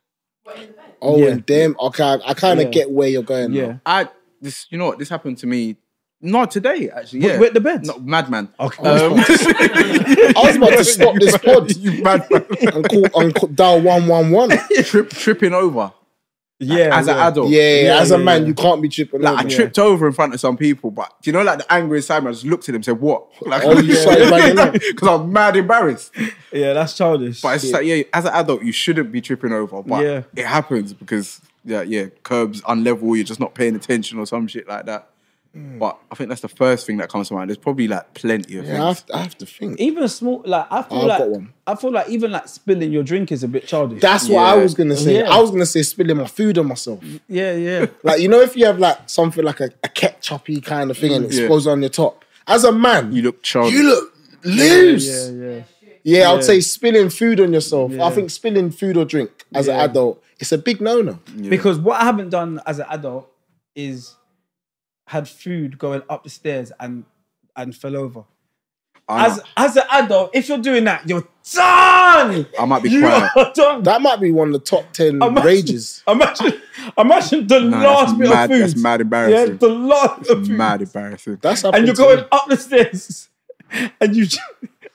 S1: Oh,
S3: Yeah.
S1: and damn. Okay, I, kind of
S3: Yeah.
S1: get where you're going. now.
S3: Yeah,
S2: I this you know what this happened to me not today actually yeah
S3: wet the Oh. bed.
S2: not madman
S3: Okay.
S2: Um,
S1: I was about to stop this pod
S2: you madman
S1: and call and call, dial one one one. Yeah,
S2: Trip, tripping over
S3: yeah,
S2: as an
S3: yeah.
S2: adult
S3: Yeah,
S1: as a
S3: yeah,
S1: man,
S3: yeah.
S1: you can't be tripping.
S2: like I
S1: over.
S2: tripped over in front of some people but you know like the angry inside me I just looked at them and said what like
S1: Oh, you started banging up.
S2: because I'm mad embarrassed
S3: yeah, that's childish.
S2: but it's just like yeah as an adult you shouldn't be tripping over but
S3: Yeah.
S2: it happens because yeah yeah curbs unlevel you're just not paying attention or some shit like that but I think that's the first thing that comes to mind there's probably like plenty of
S1: Mm. Yeah, I
S2: things
S1: have, to, I have to think.
S3: even small like I feel
S1: I've
S3: like
S1: got one.
S3: I feel like even like spilling your drink is a bit childish.
S1: That's what I
S2: Yeah.
S1: was gonna say.
S3: Yeah.
S1: I was gonna say spilling my food on myself.
S3: yeah, yeah.
S1: Like you know, if you have like something like a, a ketchupy kind of thing
S3: Mm,
S1: and it
S2: Yeah.
S1: explodes on your top, as a man,
S2: you look childish
S1: you look loose.
S3: yeah,
S1: Yeah,
S3: yeah.
S1: I'd say spilling food on yourself.
S3: Yeah.
S1: I think spilling food or drink as
S3: Yeah.
S1: an adult, it's a big no-no.
S3: Because what I haven't done as an adult is had food going up the stairs and and fell over.
S2: I
S3: As as an adult, if you're doing that, you're done.
S2: I might be
S3: You
S2: quiet.
S3: are done.
S1: That might be one of the top ten
S3: Imagine-
S1: rages.
S3: Imagine, imagine the
S2: that's
S3: last bit
S2: mad-
S3: of food.
S2: that's mad
S3: Yeah,
S2: embarrassing.
S3: the last of food.
S2: mad embarrassing.
S1: Mm. That's
S3: and
S1: happened
S3: you're
S1: to
S3: going
S1: me.
S3: up the stairs, and you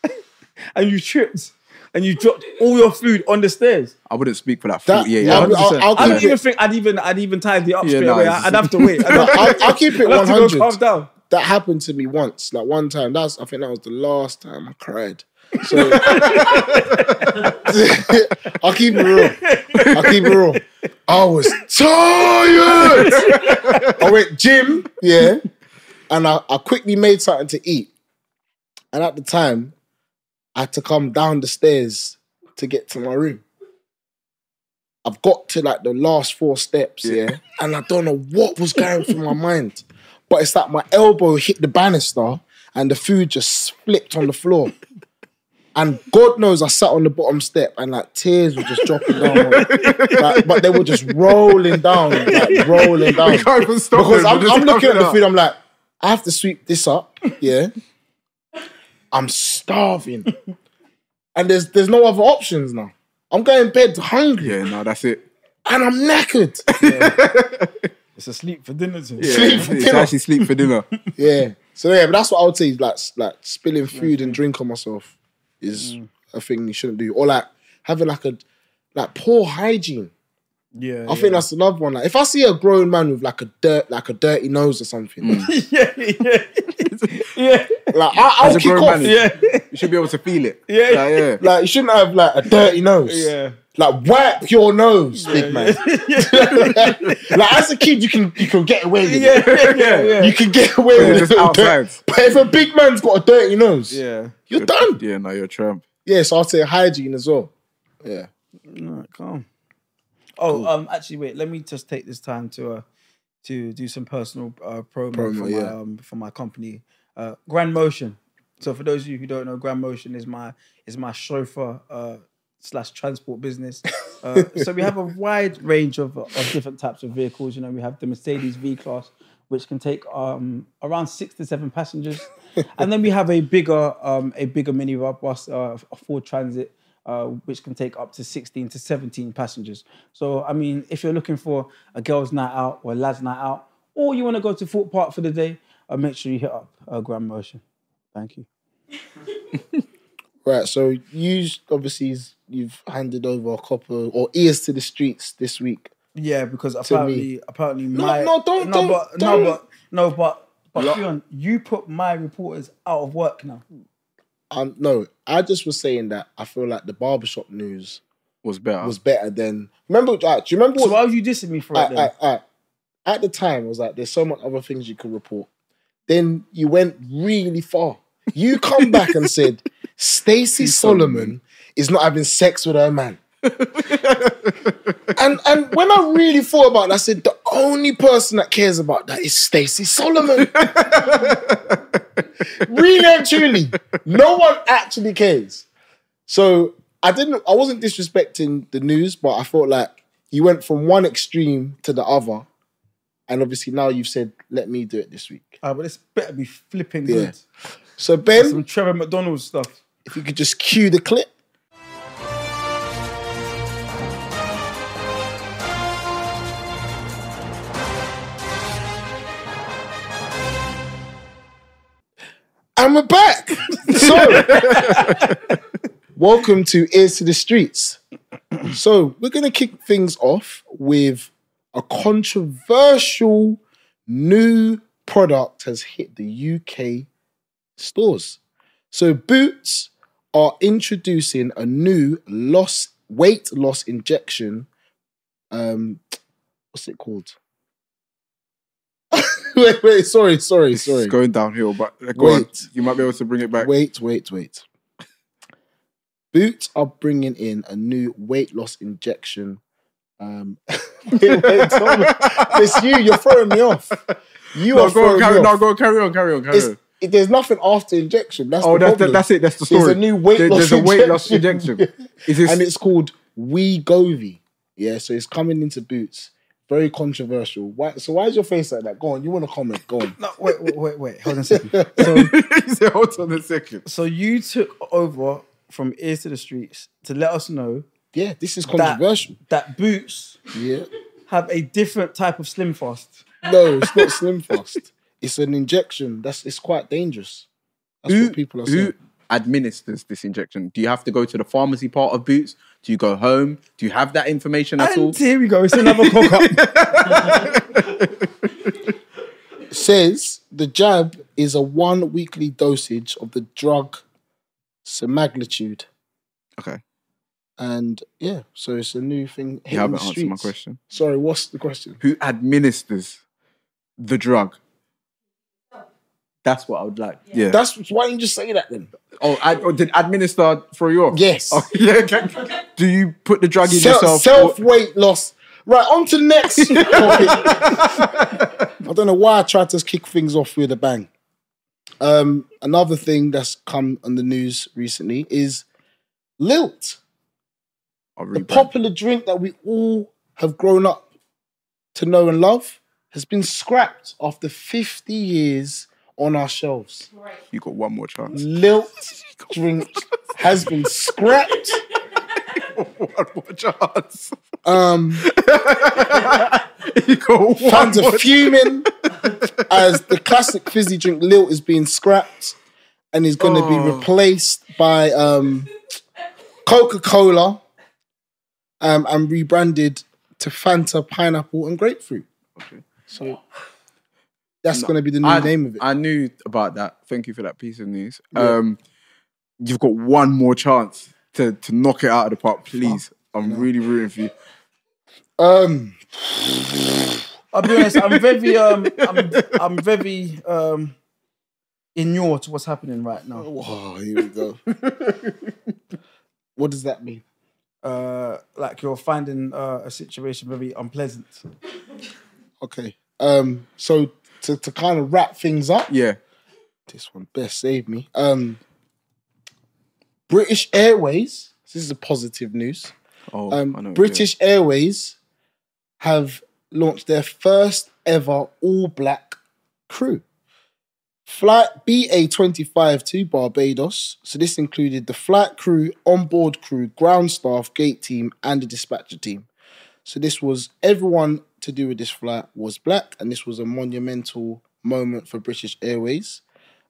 S3: and you tripped, and you dropped all your food on the stairs.
S2: I wouldn't speak for that.
S1: That-
S2: 40, yeah,
S1: I'll-
S2: yeah.
S1: I'll- I'll
S2: 100%.
S3: I don't
S1: keep
S3: even
S1: it-
S3: think I'd even I'd even tidy up
S2: Yeah,
S3: straight
S2: nah,
S3: away.
S2: it's-
S3: I'd have to wait. I'd have,
S1: I'll, I'll keep it
S3: I'd
S1: one
S3: have to go calm
S1: hundred.
S3: down.
S1: that happened to me once. Like one time, that's I think that was the last time I cried. So I'll keep it real. I'll keep it real. I was tired. I went gym, yeah, and I, I quickly made something to eat. And at the time, I had to come down the stairs to get to my room. I've got to like the last four steps, yeah, and I don't know what was going through my mind, but it's like my elbow hit the banister and the food just flipped on the floor. And God knows I sat on the bottom step and like tears were just dropping down, Like, but they were just rolling down, like rolling down
S2: can't even stop
S1: because
S2: them.
S1: I'm,
S2: We're just
S1: I'm looking at
S2: coming
S1: the
S2: up.
S1: food. I'm like, I have to sweep this up. Yeah, I'm starving. and there's there's no other options now. I'm going to bed hungry
S2: Yeah, no, that's it.
S1: and I'm knackered.
S3: It's a sleep for dinner. too.
S2: Yeah,
S1: Sleep
S2: that's
S1: for
S2: it. It's
S1: dinner.
S2: actually sleep for dinner.
S1: yeah. So yeah, but that's what I would say. is Like s- like spilling food and drink on myself is
S2: Mm.
S1: a thing you shouldn't do. Or like having like a like poor hygiene.
S3: Yeah.
S1: I think that's another one. Like if I see a grown man with like a dirt like a dirty nose or something,
S3: Mm. yeah, yeah, yeah,
S1: like I, I'll
S2: a
S1: kick
S2: grown
S1: off.
S2: man,
S3: yeah,
S2: You should be able to feel it.
S3: Yeah.
S2: Like, yeah.
S1: Like you shouldn't have like a dirty nose.
S3: yeah.
S1: Like wipe your nose, big man. like as a kid, you can you can get away with it.
S3: yeah, yeah,
S1: You can get away
S2: Yeah,
S1: with
S2: just
S1: it.
S2: outside.
S1: But if a big man's got a dirty nose,
S3: yeah.
S1: you're done.
S2: Yeah, no, you're a tramp.
S1: Yeah, so I'll say hygiene as well. Yeah.
S3: Alright, calm. Oh, um, actually, wait. Let me just take this time to uh, to do some personal uh, promo,
S1: Promo,
S3: for, my,
S1: yeah.
S3: um, for my company, uh, Grand Motion. So, for those of you who don't know, Grand Motion is my is my chauffeur uh, slash transport business. Uh, so we have a wide range of uh, of different types of vehicles. You know, we have the Mercedes V Class, which can take um, around six to seven passengers, and then we have a bigger um, a bigger minibus, uh, a Ford Transit, uh, which can take up to 16 to 17 passengers. So, I mean, if you're looking for a girls' night out or a lads' night out, or you want to go to Fort Park for the day, uh, make sure you hit up uh, Grand Motion. Thank you.
S1: Right. So you obviously you've handed over a copper or ears to the streets this week.
S3: Yeah, because
S1: me.
S3: apparently, apparently, my
S1: no, don't-
S3: no,
S1: don't-
S3: but,
S1: don't.
S3: no, but no, but but Leon, you put my reporters out of work now.
S1: Um, no, I just was saying that I feel like the barbershop news
S2: Was better.
S1: was better than. Remember, like, do you remember?
S3: So
S1: What,
S3: why are you dissing me for it?
S1: I-
S3: Then?
S1: I- I- at the time, I was like, "There's so much other things you could report." Then you went really far. You come back and said, "Stacey Solomon is not having sex with her man." and and when I really thought about it, I said, "The only person that cares about that is Stacey Solomon." really and truly, no one actually cares. So I didn't. I wasn't disrespecting the news, but I felt like you went from one extreme to the other, and obviously now you've said, "Let me do it this week."
S3: Ah, but this better be flipping
S1: Yeah.
S3: good.
S1: So Ben,
S3: Some Trevor McDonald stuff.
S1: if you could just cue the clip. And we're back. So, welcome to Ears to the Streets. So, we're going to kick things off with a controversial new product has hit the UK stores. So Boots are introducing a new loss weight loss injection. Um, what's it called? wait, wait, sorry, sorry,
S2: It's
S1: sorry.
S2: going downhill, but uh, go on.
S1: Wait.
S2: You might be able to bring it back.
S1: Wait, wait, wait. Boots are bringing in a new weight loss injection. Um, wait, wait, Tom, it's you. You're throwing me off. You
S2: No,
S1: are
S2: go
S1: throwing
S2: on,
S1: me
S2: carry,
S1: off.
S2: no, go on, carry on, carry on, carry
S1: It's-
S2: on.
S1: it- there's nothing after injection. That's
S2: Oh,
S1: the
S2: that's, the,
S1: problem.
S2: that's it. That's the
S1: There's
S2: story.
S1: a new weight
S2: There-
S1: loss
S2: There's a weight loss injection. Is this,
S1: and it's called Wegovy. Yeah, so it's coming into Boots. Very controversial. Why, so why is your face like that? Go on, you want to comment? Go on.
S3: No, wait, wait, wait, wait. Hold on a second. So,
S2: He said, hold on a second.
S3: so you took over from ears to the streets to let us know
S1: Yeah, this is
S3: that
S1: controversial.
S3: that Boots
S1: Yeah,
S3: have a different type of Slim Fast.
S1: no, it's not Slim Fast. It's an injection. That's it's quite dangerous. That's
S2: Who,
S1: what people are
S2: who
S1: saying.
S2: administers this injection? Do you have to go to the pharmacy part of Boots? Do you go home? Do you have that information at all?
S3: And here we go. It's another cock up.
S1: Says the jab is a one weekly dosage of the drug semaglutide,
S2: Okay.
S1: and yeah, so it's a new thing.
S2: You
S1: hitting
S2: haven't
S1: the
S2: answered my
S1: streets.
S2: question.
S1: Sorry, what's the question?
S2: Who administers the drug? That's what I would like. Yeah.
S1: That's why you just say that then.
S2: oh, ad, oh, did administer for you? off?
S1: Yes.
S2: Oh, yeah. okay, okay. Do you put the drug in yourself?
S1: self weight loss. Right, on to next. topic. I don't know why I tried to kick things off with a bang. Um, another thing that's come on the news recently is Lilt,
S2: or, or
S1: the
S2: rebrand?
S1: popular drink that we all have grown up to know and love, has been scrapped after 50 years on our shelves.
S2: You got one more chance.
S1: Lilt drink has been scrapped.
S2: one more chance.
S1: Um,
S2: you got one
S1: fans
S2: more.
S1: are fuming as the classic fizzy drink Lilt is being scrapped and is going to be
S2: Oh.
S1: replaced by um, Coca Cola um, and rebranded to Fanta, pineapple, and grapefruit. So that's going to be the new
S2: I,
S1: name of it.
S2: I knew about that. Thank you for that piece of news. Um, you've got one more chance to, to knock it out of the park, please. I'm really rooting for you.
S1: um,
S3: I'll be honest. I'm very, um, I'm, I'm very um, inured to what's happening right now.
S1: oh, here we go. what does that mean?
S3: Uh, like you're finding uh, a situation very unpleasant.
S1: Okay. Um, so to, to kind of wrap things up,
S2: Yeah.
S1: this one best save me. Um, British Airways. This is a positive news.
S2: Oh, I know,
S1: Um,
S2: yeah.
S1: British Airways have launched their first ever all black crew. Flight BA25 to Barbados. So, this included the flight crew, onboard crew, ground staff, gate team, and the dispatcher team. So, this was everyone to do with this flight was black, and this was a monumental moment for British Airways.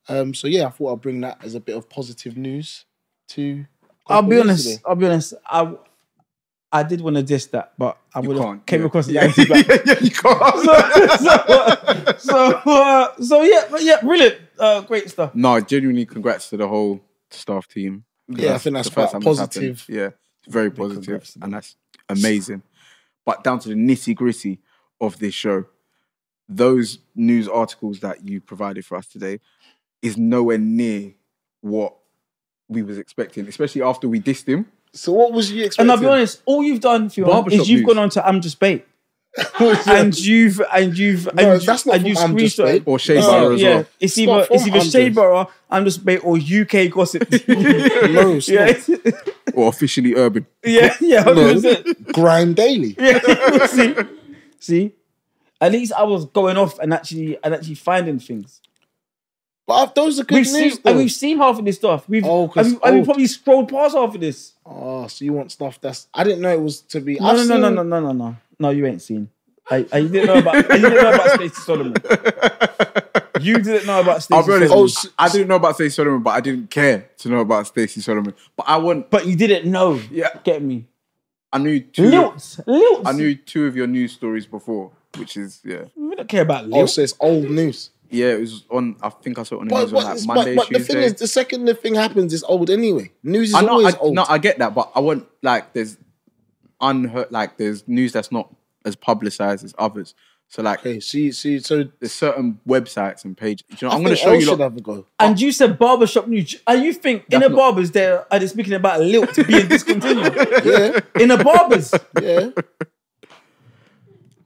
S1: Um, so, yeah, I thought I'd bring that as a bit of positive news to.
S3: I'll be
S1: Corporation
S3: honest.
S1: today.
S3: I'll be honest. I, I did want to diss that, but I would have
S2: can't,
S3: came
S2: yeah.
S3: across the
S2: Yeah,
S3: anti black.
S2: yeah, yeah, you can't.
S3: so, so, so, uh, so yeah, but yeah, brilliant, uh, great stuff.
S2: No, genuinely, congrats to the whole staff team.
S1: Yeah, I think that's
S2: the first
S1: quite
S2: time it's happened.
S1: positive.
S2: Yeah, it's very positive, and that's amazing. But down to the nitty gritty of this show, those news articles that you provided for us today is nowhere near what we was expecting, especially after we dissed him.
S1: So, what was you expecting?
S3: And I'll be honest, all you've done Fiona,
S2: Barbershop
S3: is you've
S2: news.
S3: gone on to I'm just bait. and you've and you've and, you-
S1: Oh, that's not
S3: and you
S1: from I'm Just
S3: screenshot
S1: Bait.
S2: Or Shea
S1: No,
S2: Barra as
S3: yeah,
S2: well.
S1: It's
S3: it's
S1: not
S3: either it's
S1: from
S3: either
S1: I'm
S3: Shea
S1: Just-
S3: Barra, I'm just bait, or UK gossip. yeah,
S1: No, it's not.
S2: or officially urban.
S3: yeah, yeah. that's it.
S1: Grind daily.
S3: Yeah, see, see, at least I was going off and actually and actually finding things.
S1: But I've- those are good
S3: We've seen
S1: news.
S3: and
S1: though.
S3: we've seen half of this stuff. We've
S1: Oh,
S3: and
S1: 'cause
S3: we, and we
S1: old.
S3: probably scrolled past half of this.
S1: Oh, so you want stuff that's I didn't know it was to be.
S3: No,
S1: I've
S3: no,
S1: seen-
S3: no, no, no, no, no, no, no. You ain't seen. I, I didn't know about. I didn't know about Stacey Solomon. You didn't know about Stacey
S2: I'll be
S3: Solomon,
S2: honest,
S1: Oh, s-
S2: I didn't know about Stacey Solomon, but I didn't care to know about Stacey Solomon. But I want,
S3: but you didn't know.
S2: oh, Yeah.
S3: get me.
S2: I knew two,
S3: Lilt, Lilt.
S2: I knew two of your news stories before, which is yeah.
S3: We don't care about
S1: Oh,
S3: Lilt.
S1: so it's old news.
S2: Yeah, it was on. I think I saw it on the
S1: But,
S2: news on
S1: but,
S2: like
S1: it's- but,
S2: Monday,
S1: but the
S2: Tuesday.
S1: thing is, the second the thing happens, it's old anyway. News is
S2: I know,
S1: always
S2: I,
S1: old.
S2: no, I get that, but I want like there's unheard, like there's news that's not as publicized as others. So like,
S1: okay, see, see, so
S2: there's certain websites and pages. You know, I'm
S1: I
S2: gonna
S1: think
S2: show
S1: Elle
S2: you.
S1: Should
S2: Lot,
S1: have a go.
S2: oh.
S3: And you said barbershop news. And you think in
S2: That's
S3: the
S2: not-
S3: barbers there are they speaking about Lilt being discontinued?
S1: Yeah,
S3: in the barbers.
S1: yeah.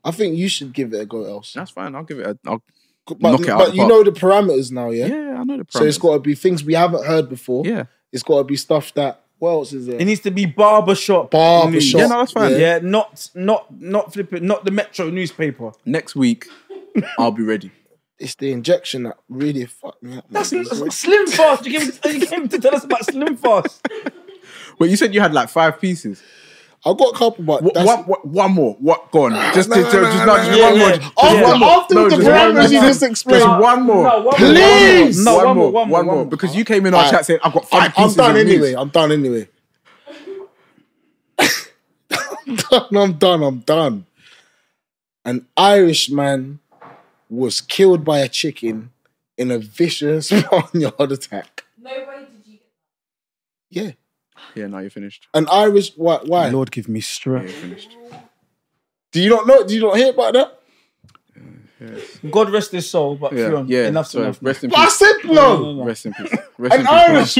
S1: I think you should give it a go, else.
S2: that's fine. I'll give it. A, I'll,
S1: But,
S2: Knock it out
S1: but
S2: the
S1: you
S2: park.
S1: know the parameters now, yeah.
S2: yeah, I know the. Parameters.
S1: So it's got to be things we haven't heard before.
S2: Yeah.
S1: it's got to be stuff that. What else is there?
S3: It needs to be barbershop.
S1: Barbershop.
S3: news.
S2: Yeah, no, that's fine.
S3: Yeah, not not not flipping, not the Metro newspaper.
S2: Next week, I'll be ready.
S1: It's the injection that really fucked me up. man.
S3: That's Slim Fast. You came, you came to tell us about Slim Fast.
S2: Wait, you said you had like five pieces.
S1: I've got a couple, but
S2: What,
S1: that's,
S2: what, what, one more. What? Go on. Just, to,
S1: no,
S2: just,
S1: no,
S2: just,
S1: no,
S2: just
S1: no,
S2: one
S3: no.
S2: more.
S3: After-
S2: Just one
S1: after,
S2: more.
S1: after
S2: No,
S1: the
S2: just
S1: parameters you
S2: one more.
S1: just
S2: There's
S1: explained,
S2: one more.
S3: No, one more.
S1: Please!
S3: No,
S2: one,
S3: one
S2: more,
S3: more. One more.
S2: one more. Because you came in our
S1: Alright.
S2: chat saying, I've got 5
S1: I'm, I'm
S2: pieces
S1: done
S2: of news."
S1: anyway. I'm done anyway. I'm done. I'm done. I'm done. An Irish man was killed by a chicken in a vicious barnyard attack.
S6: No way did you get
S1: Yeah,
S2: Yeah, now you're finished.
S1: an Irish. Why? Why?
S3: Lord, give me
S2: Yeah,
S3: strength.
S2: you're finished.
S1: Do you not know? Do you not hear about that?
S3: God rest his soul, but
S2: Yeah,
S3: Fionn,
S2: yeah.
S3: enough's
S2: so
S3: enough.
S2: rest in
S1: I
S2: peace.
S1: said no.
S3: No, no, no.
S2: Rest in peace. Rest
S1: An
S2: in peace.
S1: Irish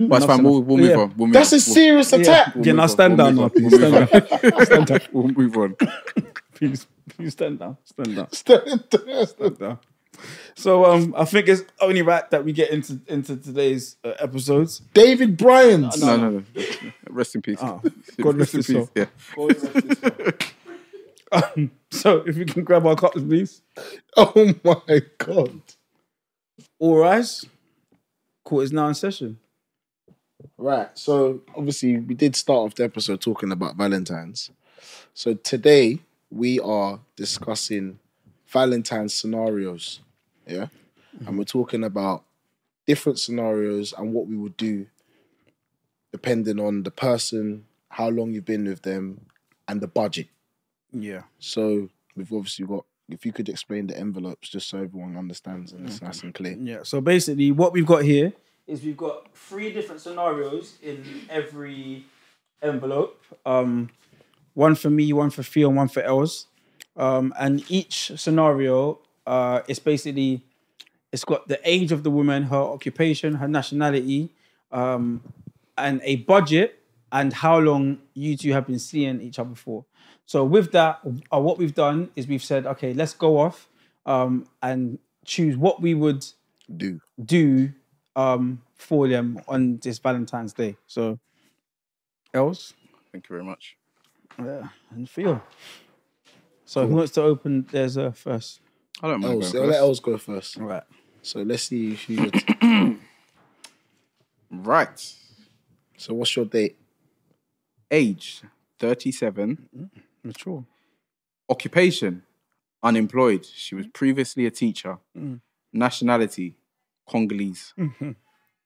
S1: man.
S2: But it's fine. We'll, we'll move
S3: Yeah.
S2: on. We'll move
S1: That's
S2: on.
S1: a serious attack.
S2: We'll
S3: Yeah,
S2: move
S3: now
S2: on.
S3: stand
S2: We'll
S3: down now,
S2: move
S3: please.
S2: on. We'll
S3: Stand
S2: move on.
S3: down. Stand down.
S2: We'll move on.
S3: Please, please stand down. Stand down.
S1: Stand
S3: down. So um, I think it's only right that we get into into today's uh, episodes.
S1: David Bryant.
S2: No, no, no. Rest in peace.
S3: God rest his soul.
S2: Yeah.
S3: So if we can grab our cups, please.
S1: Oh my god.
S3: All rise. Court is now in session.
S1: Right. So obviously we did start off the episode talking about Valentine's. So today we are discussing Valentine's scenarios. Yeah. And we're talking about different scenarios and what we would do depending on the person, how long you've been with them, and the budget.
S3: Yeah.
S1: So we've obviously got if you could explain the envelopes just so everyone understands and it's nice and clear.
S3: Yeah. So basically, what we've got here is we've got three different scenarios in every envelope. Um, one for me, one for Theo, and one for Els. Um, and each scenario uh, is basically it's got the age of the woman, her occupation, her nationality, um, and a budget, and how long you two have been seeing each other for. So with that, uh, what we've done is we've said, okay, let's go off um, and choose what we would
S1: Do.
S3: do um, for them on this Valentine's Day. So, else,
S2: Thank you very much.
S3: yeah, and feel. So, who wants to open theirs uh, first?
S2: I don't mind.
S1: Oh,
S2: going
S1: so
S2: first.
S1: let Els go first.
S3: All right.
S1: So let's see if you would
S2: Right.
S1: So what's your date?
S2: Age 37.
S3: Mature.
S2: Occupation unemployed. She was previously a teacher. Nationality Congolese.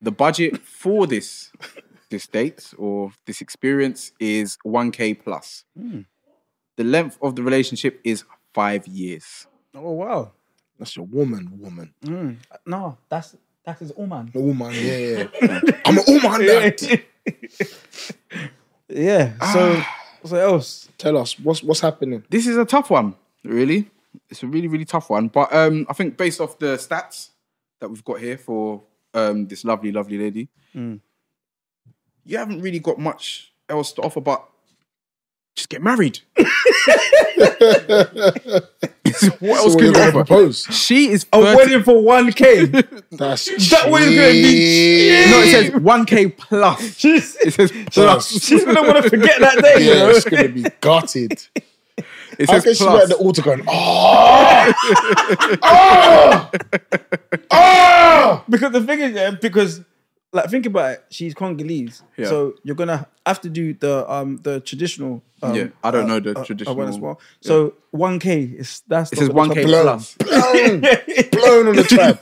S2: The budget for this this date or this experience is 1k plus. The length of the relationship is 5 years.
S3: Oh wow!
S1: That's your woman, woman.
S3: No, that's that is all man.
S1: A woman, yeah, yeah. I'm a woman. Dad.
S3: yeah. So, so else.
S1: Tell us what's what's happening.
S2: This is a tough one, really. It's a really, really tough one. But um, I think based off the stats that we've got here for um, this lovely, lovely lady,
S1: Mm.
S2: you haven't really got much else to offer but just get married. what else
S1: So
S2: can
S1: you're
S2: you
S1: gonna
S2: offer?
S1: propose? Oh,
S2: She is
S3: A
S2: 30,
S3: wedding for one k.
S1: That's
S3: That was gonna be-
S1: cheap.
S2: No, it says 1K plus.
S3: she's,
S2: It says plus.
S3: she's gonna want to forget that day. you
S1: Yeah,
S3: know?
S1: it's gonna be gutted.
S2: It
S1: How
S2: says
S1: can she
S2: plus.
S1: at the altar going, ah, oh, ah,
S3: Because the thing is, yeah, because like think about it, she's Congolese,
S2: Yeah.
S3: so you're gonna have to do the um the traditional. Um,
S2: Yeah, I don't know the
S3: uh, uh,
S2: traditional-
S3: one as well. So one k is that's
S2: It says 1K plus.
S1: blown, blown on the tribe,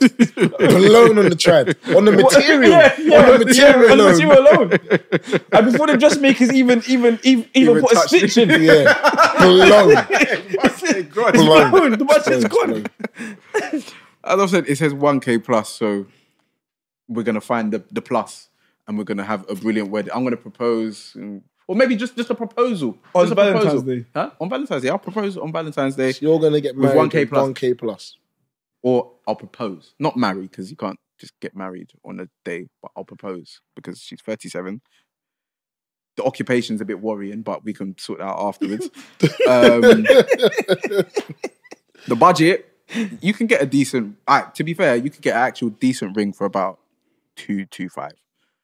S1: blown on the tribe, on the material, on the material
S3: on the
S1: alone.
S3: material alone. and before the dressmakers even even even, even
S2: Even
S3: put a
S2: touched
S3: stitch in,
S1: Yeah, blown.
S3: it's blown. The budget's gone.
S2: As I've said, it says 1K plus, so we're gonna find the, the plus and we're gonna have a brilliant wedding. I'm gonna propose, and- or maybe just just a proposal
S3: On
S2: Just a
S3: Valentine's
S2: proposal.
S3: Day.
S2: Huh? On Valentine's Day, I'll propose on Valentine's Day,
S1: You're gonna get married
S2: 1K
S1: with
S2: plus.
S1: 1k plus.
S2: or I'll propose, not marry, because you can't just get married on a day, but I'll propose because she's 37. The occupation's a bit worrying, but we can sort that out afterwards. um, the budget, you can get a decent. ah, to be fair, you could get an actual decent ring for about two two five.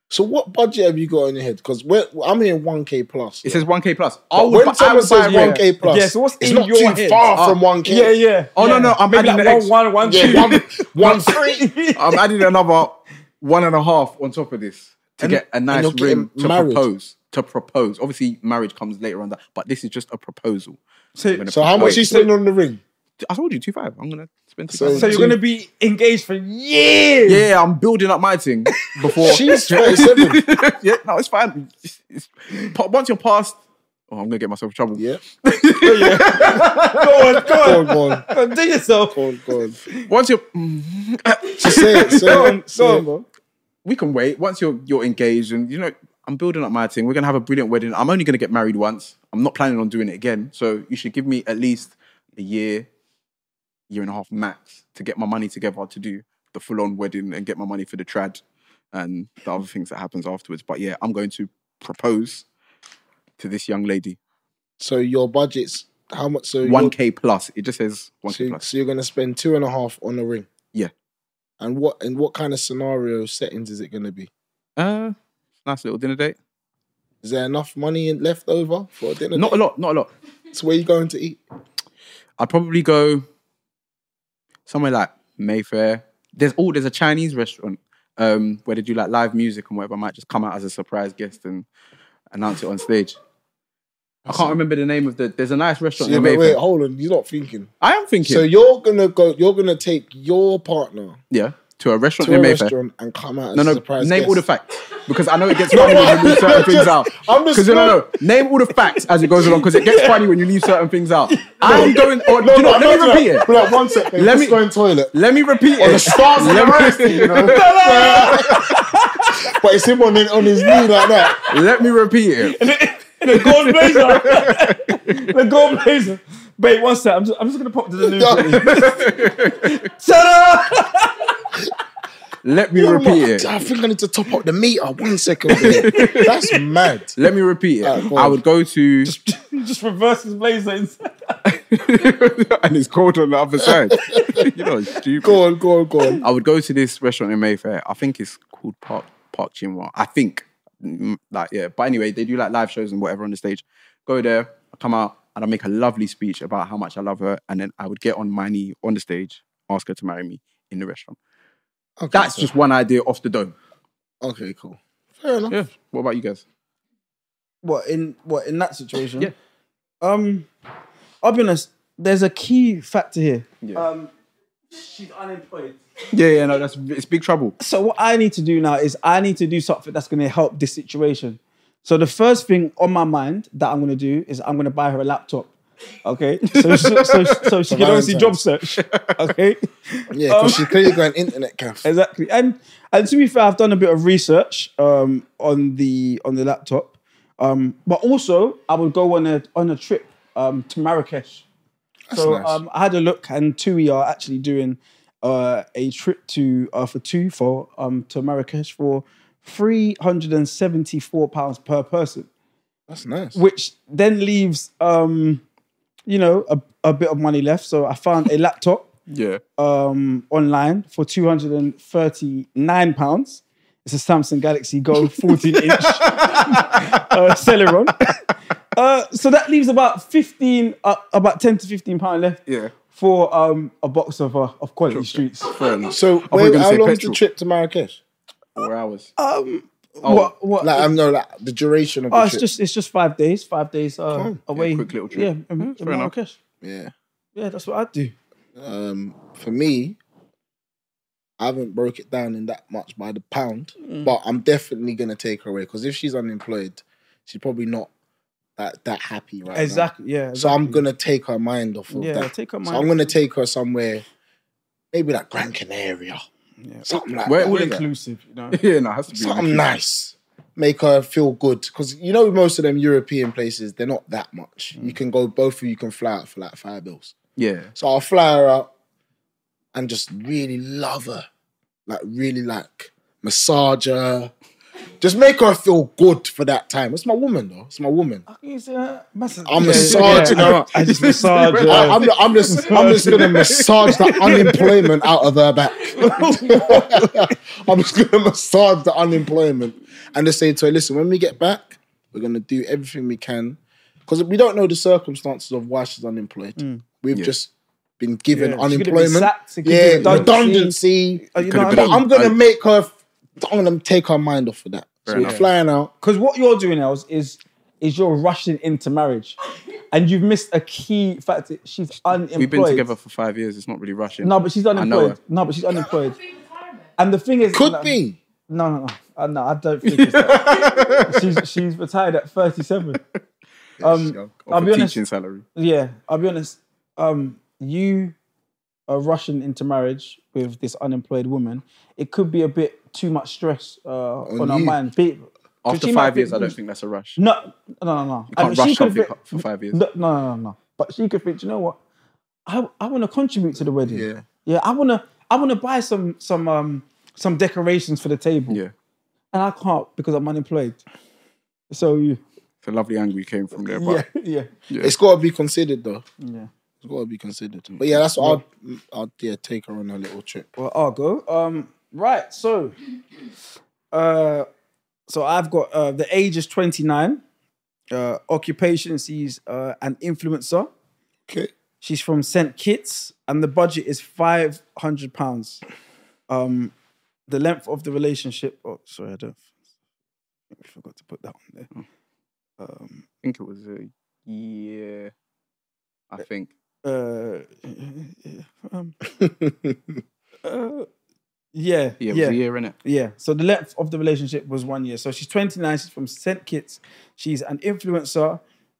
S1: So what budget have you got in your head? Because I'm hearing 1k plus.
S2: It says one k plus.
S3: Oh,
S2: I would,
S1: when
S2: bu- I
S1: someone
S2: would buy
S1: says
S2: a ring.
S1: one k plus,
S3: Yeah, so what's
S1: it's
S3: in
S1: not
S3: your
S1: too
S3: head? Uh,
S1: far
S2: Ah.
S1: from one k.
S3: Yeah, yeah.
S2: Oh, no,
S3: yeah.
S2: no, I'm
S3: Maybe
S2: adding
S3: like
S2: the
S3: one,
S2: X.
S3: one, one, two.
S1: Yeah, one, one three.
S2: I'm adding another one and a half on top of this to get a nice
S1: you're getting
S2: ring to
S1: married.
S2: propose. To propose, obviously, marriage comes later on that, but this is just a proposal. I'm gonna
S1: So how much
S2: propose.
S1: you spending on the ring?
S2: I told you two five. I'm gonna spend two
S1: So-
S2: five.
S3: So you're gonna be engaged for years.
S2: yeah, I'm building up my thing before.
S1: She's 37.
S2: yeah, no, it's fine. It's, it's, pa- once you're past, oh, I'm gonna get myself in trouble.
S1: yeah.
S3: Go on, go
S1: Go
S3: on.
S1: on,
S3: Go on, do yourself.
S1: go on, go on.
S2: Once you're,
S1: So say it, say
S3: Go
S1: it.
S3: on, go on.
S2: we can wait. Once you're you're engaged, and you know, I'm building up my thing. We're gonna have a brilliant wedding. I'm only gonna get married once. I'm not planning on doing it again. So you should give me at least a year, year and a half max to get my money together to do the full on wedding and get my money for the trad and the other things that happens afterwards. But yeah, I'm going to propose to this young lady.
S1: So your budget's how much? So
S2: One
S1: you're-
S2: K plus. It just says one K
S1: So,
S2: plus.
S1: so you're gonna spend two and a half on a ring.
S2: Yeah.
S1: And what and what kind of scenario settings is it gonna be?
S2: Uh, nice little dinner date.
S1: Is there enough money in- left over for a dinner?
S2: Not a
S1: date?
S2: lot. Not a lot.
S1: So where you going to eat?
S2: I'd probably go somewhere like Mayfair, There's all there's a Chinese restaurant um, where they do like live music and whatever. I might just come out as a surprise guest and announce it on stage. I can't remember the name of the. There's a nice restaurant.
S1: Yeah,
S2: in
S1: but wait,
S2: Mayfair.
S1: hold on. You're not thinking.
S2: I am thinking.
S1: So you're gonna go. You're gonna take your partner
S2: yeah, to a restaurant
S1: to a
S2: in Mayfair.
S1: restaurant and come out. As
S2: No,
S1: a
S2: no.
S1: surprise
S2: name
S1: guest.
S2: all the facts because I know it gets funny when you leave certain things out.
S1: I'm just-
S2: Because no, no. Name all the facts as it goes along because it gets funny when you leave certain things out. I'm going. Or, do
S1: No,
S2: you know
S1: no,
S2: what?
S1: no,
S2: Let
S1: no,
S2: me
S1: no.
S2: repeat it.
S1: Hold on, one sec, babe.
S2: Let
S1: Let
S2: me-
S1: me go in toilet.
S2: Let me repeat it.
S1: The stars on the
S2: Let
S1: rest,
S2: me,
S1: you know. but it's him on, his- on his knee like that.
S2: let me repeat it.
S3: The gold blazer. the gold blazer. Wait, one sec. I'm just, I'm just gonna pop to the news. Shut up!
S2: Let me repeat it.
S1: I think I need to top up the meter. One second. babe. That's mad.
S2: Let me repeat it.
S1: Alright, go
S2: I
S1: on.
S2: would go to,
S3: just reverse his blazer. inside.
S2: and it's cold on the other side. you know, it's stupid.
S1: Go on, go on, go on.
S2: I would go to this restaurant in Mayfair. I think it's called Park Park Chinwa. I think, Mm, like yeah. But anyway, they do like live shows and whatever on the stage. Go there, I come out, and I make a lovely speech about how much I love her, and then I would get on my knee on the stage, ask her to marry me in the restaurant.
S1: Okay,
S2: That's
S1: so-
S2: just one idea off the dome.
S1: okay. Cool. Fair enough.
S2: Yeah. What about you guys?
S3: What in what in that situation?
S2: Yeah.
S3: Um, I'll be honest. There's a key factor here.
S2: Yeah.
S3: Um, she's unemployed.
S2: Yeah, yeah, no, that's it's big trouble.
S3: So what I need to do now is I need to do something that's going to help this situation. So the first thing on my mind that I'm going to do is I'm going to buy her a laptop. Okay, so so, so, so she can obviously job search. Okay,
S1: Yeah, because she's clearly going internet cafe.
S3: exactly. And and to be fair, I've done a bit of research um, on the on the laptop, um, but also I would go on a on a trip um, to Marrakesh. so
S1: nice.
S3: um, I had a look, and TUI are actually doing uh, a trip to uh, for two for um, to Marrakesh for three hundred and seventy four pounds per person
S1: That's nice.
S3: which then leaves um you know a, a bit of money left so i found a laptop
S2: Yeah.
S1: Uh,
S3: um online for 239 pounds it's a samsung galaxy go 14 inch uh, celeron uh, so that leaves about 15 uh, about 10 to 15 pound left
S2: Yeah.
S3: for um a box of uh, of quality streets
S2: Fair enough.
S1: So,
S2: I was
S1: wait,
S2: gonna
S1: how
S2: say
S1: long's
S2: petrol.
S1: the trip Uh, to Marrakesh?
S2: Four hours.
S3: what what
S1: Oh, Like, um, I'm no, like the duration of the
S3: Oh, it's
S1: trip.
S3: just it's just five days, five days uh, away.
S2: quick little trip.
S3: Yeah, mhm, in- in
S2: fair enough.
S3: Marrakesh.
S1: yeah.
S3: Yeah, that's what I'd do.
S1: Um, for me, I haven't broke it down in that much by the pound,
S3: Mm.
S1: but I'm definitely gonna take her away because if she's unemployed, she's probably not that that happy right now.
S3: Exactly. Yeah.
S1: So I'm gonna take her mind off of
S3: Yeah,
S1: that.
S3: take her
S1: So I'm
S3: mind-
S1: gonna take her somewhere, maybe like Gran Canaria, something like
S2: Where
S1: that.
S2: would it
S3: inclusive, you know.
S2: Yeah, no, it has to be.
S1: something nice. Make her feel good because you know most of them European places they're not that much.
S3: Mm.
S1: You can go both of you can fly out for like five bills.
S2: Yeah.
S1: So I'll fly her out and just really love her, like really like massage her, just make her feel good for that time. It's my woman though. It's my woman.
S3: uh,
S1: I'm massaging her.
S3: I just massage her.
S1: I, am I'm just I'm just gonna massage the unemployment out of her back. I'm just gonna massage the unemployment and just say to her, listen, when we get back, we're gonna do everything we can because we don't know the circumstances of why she's unemployed. We've
S2: Yeah.
S1: just been given
S3: Mm. Yeah, she could have been
S1: unemployment,
S3: sacked, it could
S1: yeah,
S3: be redundancy.
S1: redundancy.
S3: Uh, you
S2: Could
S3: know
S2: have
S3: what
S2: been
S3: I
S2: a-
S3: mean?
S1: I'm gonna make her. I'm gonna take her mind off of that. so we're
S2: enough.
S1: flying out.
S3: Because what you're doing, Els, is is you're rushing into marriage, and you've missed a key factor. She's unemployed.
S2: We've been together for five years. It's not really rushing.
S3: No, but she's
S2: know
S3: unemployed.
S2: her.
S3: No, but she's unemployed. And the thing is,
S1: Could
S3: no,
S1: be.
S3: No, no, no. Uh, no, I don't think it's that. she's she's retired at 37. Um,
S2: I'll
S3: I'll be honest.
S2: teaching salary.
S3: Yeah, I'll be honest. Um, you are rushing into marriage with this unemployed woman. It could be a bit too much stress uh, on, our
S1: you.
S3: mind. Be,
S2: After
S3: she might
S2: five years,
S3: think-
S2: I don't think that's a rush.
S3: No, no, no, no.
S2: can't
S3: And
S2: rush
S3: she could
S2: something
S3: think-
S2: for five years.
S3: No, no, no, no, no. But she could think, "Do you know what? I I want to contribute to the wedding.
S1: Yeah.
S3: yeah. I wanna I wanna buy some some um some decorations for the table.
S2: Yeah.
S3: and I can't because I'm unemployed. So you,
S2: It's a lovely angle you came from there, but
S3: yeah, yeah,
S1: It's got to be considered though.
S3: yeah.
S1: It's got to be considered. But yeah, that's what I'll, I'll yeah take her on a little trip.
S3: Well, I'll go. Um, right. So, uh, so I've got uh, the age is twenty nine. Uh, occupation she's uh, an influencer.
S1: Okay.
S3: She's from St Kitts, and the budget is five hundred pounds. um, the length of the relationship. Oh, sorry, I don't. I forgot to put that on there. Um,
S2: think it was a year. I think.
S3: uh, um, uh, yeah,
S2: Yeah, it
S3: yeah,
S2: was a year, innit?
S3: Yeah. So the length of the relationship was one year. So she's 29. She's from St. Kitts. She's an influencer.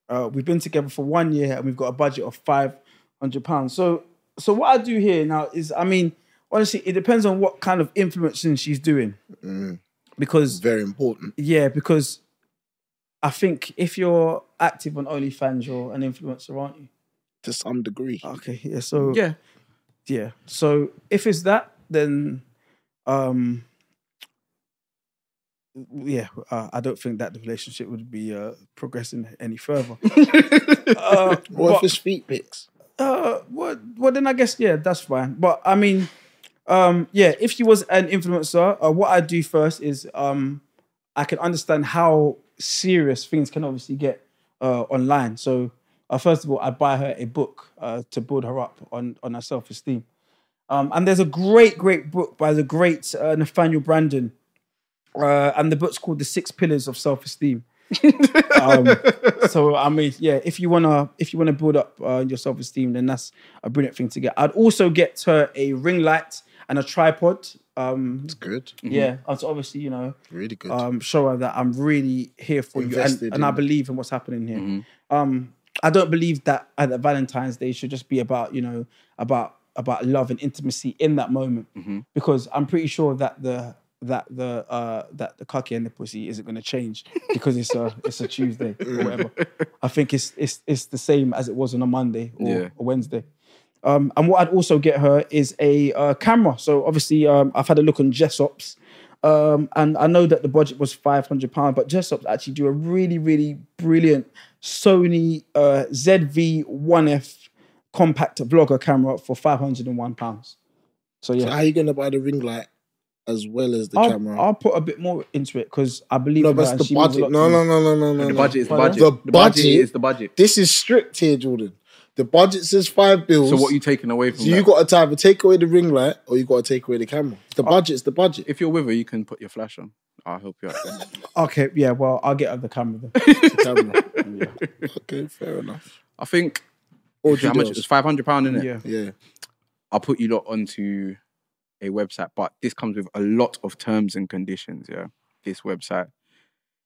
S3: Uh, we've been together for one year and we've got a budget of 500 pounds. So, so what I do here now is, I mean, honestly, it depends on what kind of influencing she's doing because
S1: Very important.
S3: yeah, because I think if you're active on OnlyFans, you're an influencer, aren't you?
S1: To some degree.
S3: Okay, yeah. So
S2: Yeah.
S3: yeah. So if it's that, then um, yeah, uh, I don't think that the relationship would be uh, progressing any further. uh,
S1: Or
S3: but-
S1: if it's feet pics.
S3: uh, well, well, then I guess yeah, that's fine. But I mean, um, yeah, if she was an influencer, uh, what I do first is um, I can understand how serious things can obviously get uh, online. So uh, first of all, I buy her a book uh, to build her up on on her self esteem. Um, and there's a great, great book by the great uh, Nathaniel Brandon, uh, and the book's called "The Six Pillars of Self Esteem." um, so I mean, yeah, if you wanna if you wanna build up uh, your self esteem, then that's a brilliant thing to get. I'd also get her a ring light and a tripod. Um,
S1: Good.
S3: yeah, and so obviously you know,
S1: Really good.
S3: um, show her that I'm really here for you,
S1: Invested
S3: and, and I
S1: in-
S3: believe in what's happening here. Um, I don't believe that at the Valentine's Day should just be about you know about about love and intimacy in that moment, because I'm pretty sure that the that the uh that the cocky and the pussy isn't going to change because it's a it's a Tuesday or whatever. I think it's it's it's the same as it was on a Monday or
S2: Yeah.
S3: a Wednesday. Um, and what I'd also get her is a uh, camera. So obviously, um, I've had a look on Jessop's, um, and I know that the budget was five hundred pound, but Jessop's actually do a really, really brilliant Sony uh, ZV1F compact vlogger camera for five hundred and one pounds. So
S1: So
S3: yeah,
S1: how you gonna buy the ring light as well as the
S3: I'll,
S1: camera?
S3: I'll put a bit more into it because I believe.
S1: no,
S3: in her
S1: but
S3: and
S1: it's
S3: she
S1: the
S3: means a
S1: budget.
S3: lot
S1: No,
S3: to me.
S1: no, no, no, no, no.
S2: The
S1: no.
S2: budget is the
S3: Pardon?
S2: budget.
S1: The
S2: The budget
S1: budget-
S2: is the budget.
S1: This is strict here, Jordan. The budget says five bills.
S2: So what are you taking away from
S1: So you
S2: that?
S1: got to either take away the ring light or you got to take away the camera.
S3: Uh,
S1: The budget's the budget.
S2: if you're with her, you can put your flash on. I'll help you out. Then.
S3: Okay, yeah. Well, I'll get her the camera. Then.
S1: It's the camera. Okay, fair enough.
S2: I think
S1: Or
S2: how much it was five hundred pound in it.
S3: Yeah.
S1: Yeah.
S2: I'll put you lot onto a website, but this comes with a lot of terms and conditions. Yeah, this website.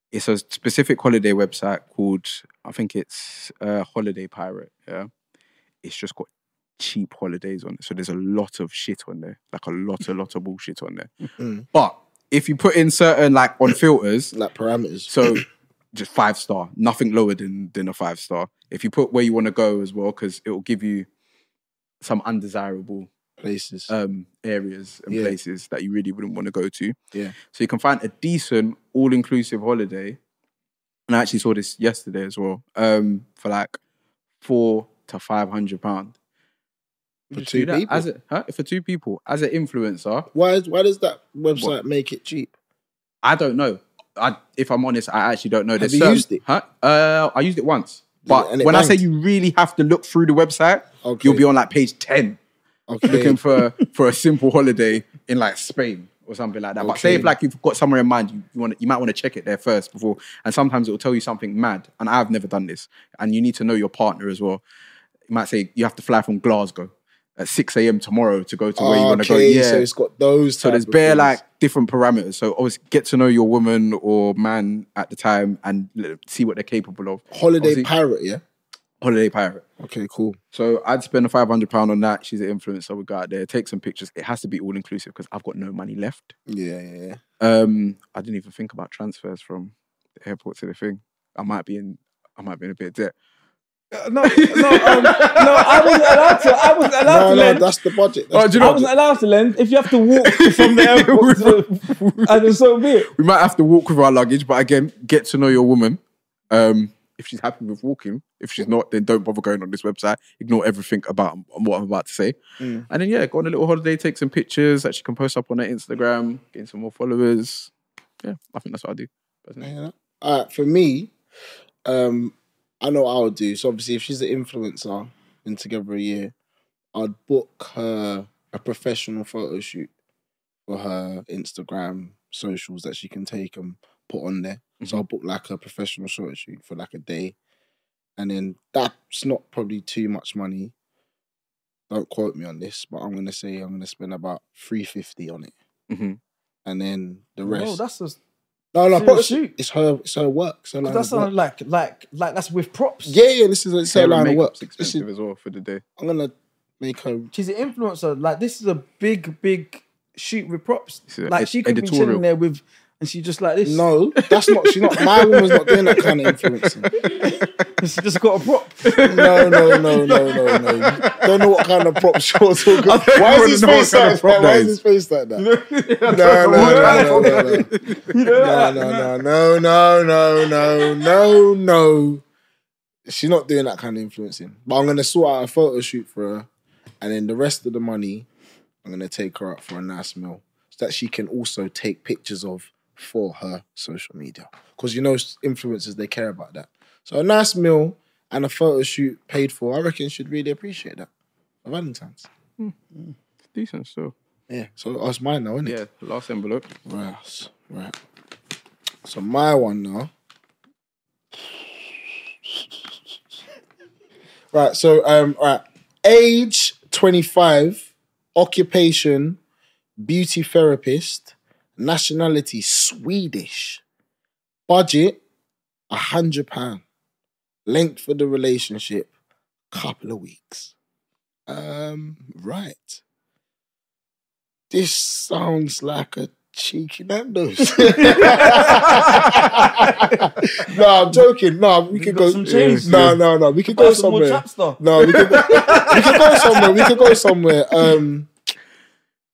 S2: It's a specific holiday website called I think it's uh, Holiday Pirate. Yeah, it's just got cheap holidays on it, so there's a lot of shit on there, like a lot, a lot of bullshit on there. But if you put in certain like on filters,
S1: Like parameters.
S2: so just five star, nothing lower than than a five star. If you put where you want to go as well, because it will give you some undesirable
S1: Places.
S2: um, areas and
S1: Yeah.
S2: places that you really wouldn't want to go to.
S1: Yeah.
S2: So you can find a decent all inclusive holiday. And I actually saw this yesterday as well um, for like four to five hundred pound.
S1: For two people.
S2: as a, huh? for two people as an influencer.
S1: why, why does that website make it cheap?
S2: I don't know. I, if I'm honest, I actually don't know. There's
S1: you
S2: certain-
S1: used it?
S2: Huh? Uh, I used it once, but
S1: and it
S2: when I say
S1: banged?
S2: you really have to look through the website,
S1: Okay.
S2: you'll be on like page ten
S1: Okay.
S2: looking for for a simple holiday in like Spain or something like that. But say if like you've got somewhere in mind, you, you want you might want to check it there first before. And sometimes it will tell you something mad. And I've never done this. And you need to know your partner as well. You might say you have to fly from Glasgow at six a.m. tomorrow to go to where you want to go.
S1: okay,
S2: Yeah.
S1: so it's got those.
S2: So there's bare like different parameters. So obviously get to know your woman or man at the time and l- see what they're capable of.
S1: holiday
S2: Obviously,
S1: pirate. Yeah.
S2: holiday pirate.
S1: Okay. Cool.
S2: So I'd spend a five hundred pound on that. She's an influencer. We go out there, take some pictures. It has to be all inclusive because I've got no money left.
S1: Yeah. Yeah. yeah.
S2: Um, I didn't even think about transfers from the airport to the thing. I might be in. I might be in a bit of debt. Oh,
S3: No, no, um, no. I wasn't allowed to. I wasn't allowed
S1: No, no,
S3: to. lend.
S1: that's the budget.
S2: Oh,
S1: That's-
S2: do you
S3: I
S2: know?
S3: wasn't allowed to lend. If you have to walk from the airport, to the, and it's so be it.
S2: we might have to walk with our luggage, but again, get to know your woman. Um, if she's happy with walking, if she's not, then don't bother going on this website. Ignore everything about what I'm about to say.
S3: Mm.
S2: And then, yeah, go on a little holiday, take some pictures that she can post up on her Instagram, getting some more followers. Yeah, I think that's what I do. personally.
S1: Yeah. All right, for me, um, I know what I would do. So obviously, if she's an influencer, been together a year, I'd book her a professional photo shoot.
S5: for her Instagram socials that she can take and put on there. So I booked like a professional photo shoot for like a day, and then that's not probably too much money. Don't quote me on this, but I'm gonna say I'm gonna spend about three fifty on it,
S2: Mhm.
S5: and then the
S3: Oh,
S5: rest.
S3: that's just
S5: no, no,
S3: serious
S5: proper
S3: shoot.
S5: shoot. It's her. It's her work. So
S3: that's not like like like that's with props.
S5: yeah, yeah. This is it's her
S2: Hair and
S5: line of work.
S2: makeup's
S5: This is,
S2: expensive as well for the day.
S5: I'm gonna make her
S3: She's an influencer. Like this is a big, big shoot with props.
S2: It's a-
S3: Like
S2: it's
S3: she could be
S2: editorial.
S3: chilling there with, and she just like this.
S5: No, that's not. She's not. My woman's not doing that kind of influencing.
S3: she just got a prop.
S5: No, no, no, no, no, no. You Don't know what kind of props you're talking. Why
S2: wanna
S5: is his
S2: know what
S5: face
S2: kind of
S5: like
S2: prop
S5: that? Why
S2: that
S5: is his
S2: is.
S5: face like that? No, no, no, no, no, no. No, no, no, no, no, no, no, no. She's not doing that kind of influencing. But I'm gonna sort out a photo shoot for her, and then the rest of the money, I'm gonna take her out for a nice meal so that she can also take pictures of for her social media. Because you know influencers they care about that. So a nice meal and a photo shoot paid for, I reckon she'd really appreciate that. For Valentine's.
S2: Decent, so
S5: Yeah. So that's mine now, isn't it?
S2: yeah. Last envelope.
S5: Right, right. So my one now. Right, so um right. Age 25, occupation, beauty therapist, nationality Swedish. Budget a hundred pound. Length for the relationship, couple of weeks. Um, right this sounds like a cheeky Nando's. no, I'm joking. No, we can
S3: got
S5: go.
S3: some change.
S5: No, no, no. We can go
S3: That's some more
S5: somewhere.
S3: chaps though.
S5: No, we could, go, we could go somewhere. We could go somewhere. Um,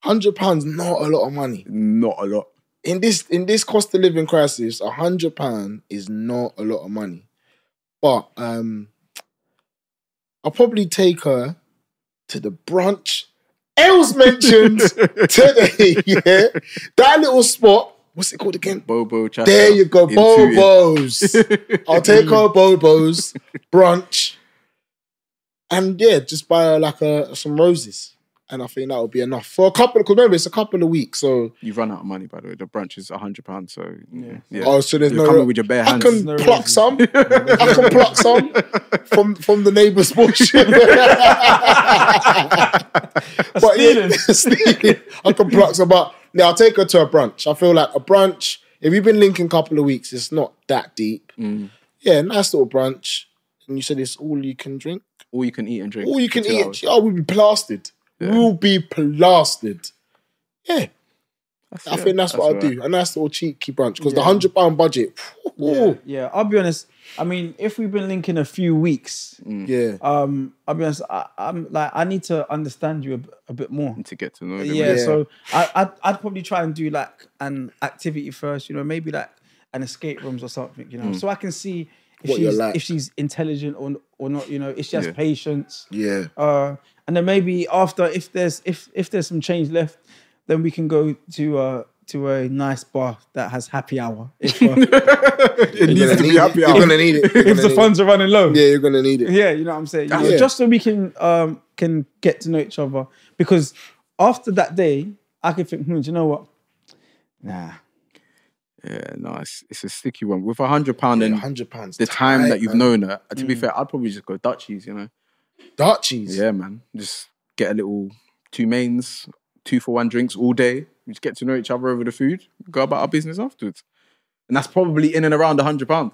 S5: hundred pounds, not a lot of money
S2: Not a lot.
S5: in this in this cost of living crisis. A hundred pound is not a lot of money, but um, I'll probably take her to the brunch. Els mentioned today. Yeah, that little spot. What's it called again?
S2: Bobo chat.
S5: There you go,
S2: In two-
S5: Bobos. I'll take her Bobos brunch, and yeah, just buy her like a, some roses, and I think that will be enough for a couple. Because remember, it's a couple of weeks, so
S2: You've run out of money, by the way. The brunch is hundred pounds, so yeah. yeah.
S5: oh, so there's
S2: You're
S5: no
S2: coming with your bare
S5: I
S2: hands.
S5: can
S3: No
S5: pluck
S3: roses.
S5: some. I can pluck some from from the neighbour's bush. but yeah,
S3: Stealing.
S5: stealing. I can pluck some. But now I'll take her to a brunch. I feel like a brunch. If you've been linking a couple of weeks, it's not that deep.
S2: Mm.
S5: Yeah, nice little brunch. And you said it's all you can drink,
S2: All you can eat and drink.
S5: all you
S2: for
S5: can
S2: two
S5: eat.
S2: hours.
S5: Oh, we'll be plastered. We'll be plastered. Yeah.
S2: That's-
S5: I
S2: yeah,
S5: think that's,
S2: all
S5: what I'll
S2: right.
S5: do. A nice little cheeky brunch because the hundred pound budget. ooh,
S3: Yeah, I'll be honest. I mean, if we've been linking a few weeks,
S2: Mm.
S5: yeah.
S3: um, I'll be honest. I, I'm like, I need to understand you a, bit- a bit more.
S2: To get to know them.
S3: Yeah,
S5: Yeah.
S3: so I, I'd, I'd probably try and do like an activity first, you know, maybe like an escape rooms or something, you know, so I can see if
S5: Mm. What you're
S3: she's
S5: like.
S3: if she's intelligent or or not, you know, if she has
S2: Yeah.
S3: patience.
S5: Yeah.
S3: Uh, and then maybe after, if there's if if there's some change left, then we can go to uh to a nice bar that has happy hour if, uh,
S2: It needs to be happy
S5: You're
S2: hour.
S5: gonna need it. You're
S3: if
S5: gonna
S3: the
S5: need
S3: funds are running low.
S5: it. Yeah, you're gonna need it.
S3: Yeah, you know what I'm saying. You know,
S5: Yeah.
S3: Just so we can um can get to know each other. Because after that day, I could think, hmm, do you know what? Nah.
S2: Yeah, no, it's, it's a sticky one. With a hundred pound and
S5: Hundred pounds.
S2: the time that you've known
S5: man.
S2: her, to be fair, I'd probably just go Dutchies, you know.
S5: Dutchies.
S2: Yeah, man. Just get a little two mains, two for one drinks all day. We just get to know each other over the food. Go about our business afterwards. And that's probably in and around a hundred pound.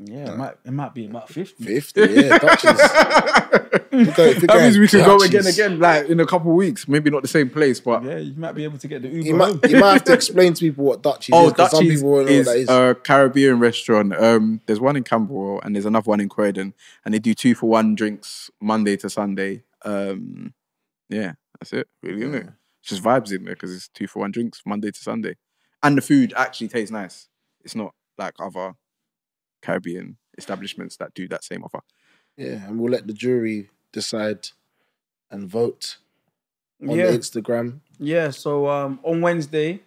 S3: Yeah, it might it might be about fifty.
S5: Fifty. Yeah, Dutchies. If you're- if you're
S2: That means
S5: going
S2: we can go
S5: Dutchies,
S2: again, again, like in a couple of weeks. Maybe not the same place, but
S3: Yeah, you might be able to get the Uber.
S5: You might, you might have to explain to people what Dutchies
S2: oh,
S5: is. 'cause some
S2: Dutchies
S5: people won't know
S2: is, uh,
S5: what that is.
S2: a Caribbean restaurant. Um, there's one in Camberwell and there's another one in Croydon, and they do two for one drinks Monday to Sunday. Um, yeah, that's it, really, isn't it? It's just vibes in there because it's two for one drinks Monday to Sunday, and the food actually tastes nice. It's not like other Caribbean establishments that do that same offer.
S5: yeah, and we'll let the jury decide and vote on
S3: Yeah.
S5: the Instagram.
S3: Yeah, so um, on Wednesday,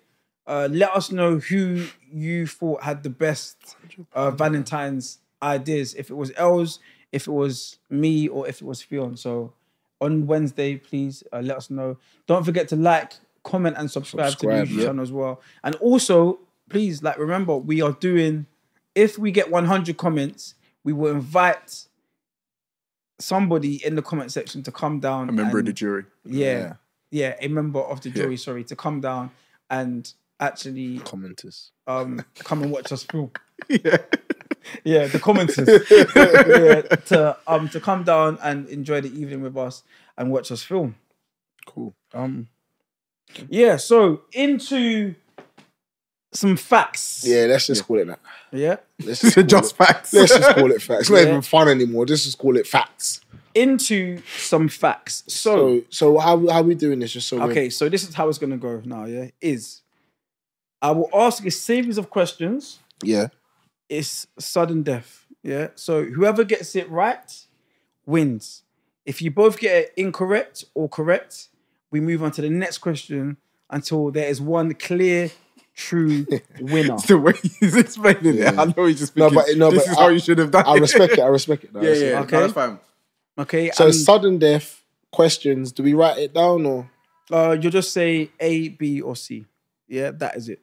S3: uh, let us know who you thought had the best uh, Valentine's ideas. If it was Els, if it was me, or if it was Fion. So on Wednesday, please uh, let us know. Don't forget to like, comment and subscribe,
S1: Subscribe,
S3: to the YouTube
S1: yeah.
S3: channel as well. And also, please, like, remember, we are doing, if we get 100 comments, we will invite somebody in the comment section to come down.
S2: a member of
S3: and-
S2: the jury.
S3: yeah, yeah, a member of the jury, sorry, to come down and actually
S1: Commenters.
S3: um come and watch us film.
S2: yeah.
S3: Yeah, the commenters. yeah, to um to come down and enjoy the evening with us and watch us film.
S1: Cool.
S3: Um Yeah, so into some facts.
S1: Yeah, let's just call it that.
S3: Yeah.
S1: Let's just, call
S2: Just
S1: it,
S2: facts.
S1: let's just call it facts. It's not
S3: Yeah.
S1: even fun anymore. Let's just call it facts.
S3: Into some facts. So
S2: Oh.
S1: So, so how how we doing this? Just so we're-
S3: okay, so this is how it's gonna go now, yeah. Is I will ask a series of questions.
S1: yeah,
S3: it's sudden death. Yeah. So whoever gets it right wins. If you both get it incorrect or correct, we move on to the next question until there is one clear, true winner.
S2: the way he's explaining it,
S1: Yeah.
S2: I know he's just
S1: No,
S2: thinking,
S1: but- no,
S2: this
S1: but
S2: is
S1: I-
S2: how you should have done
S1: I
S2: it.
S1: respect it. I respect it. I
S2: yeah,
S1: respect
S2: yeah,
S1: it.
S3: Okay.
S2: okay. that's fine.
S3: Okay.
S1: So
S3: and,
S1: sudden death questions. Do we write it down or
S3: uh, you'll just say A, B, or C. Yeah, that is it.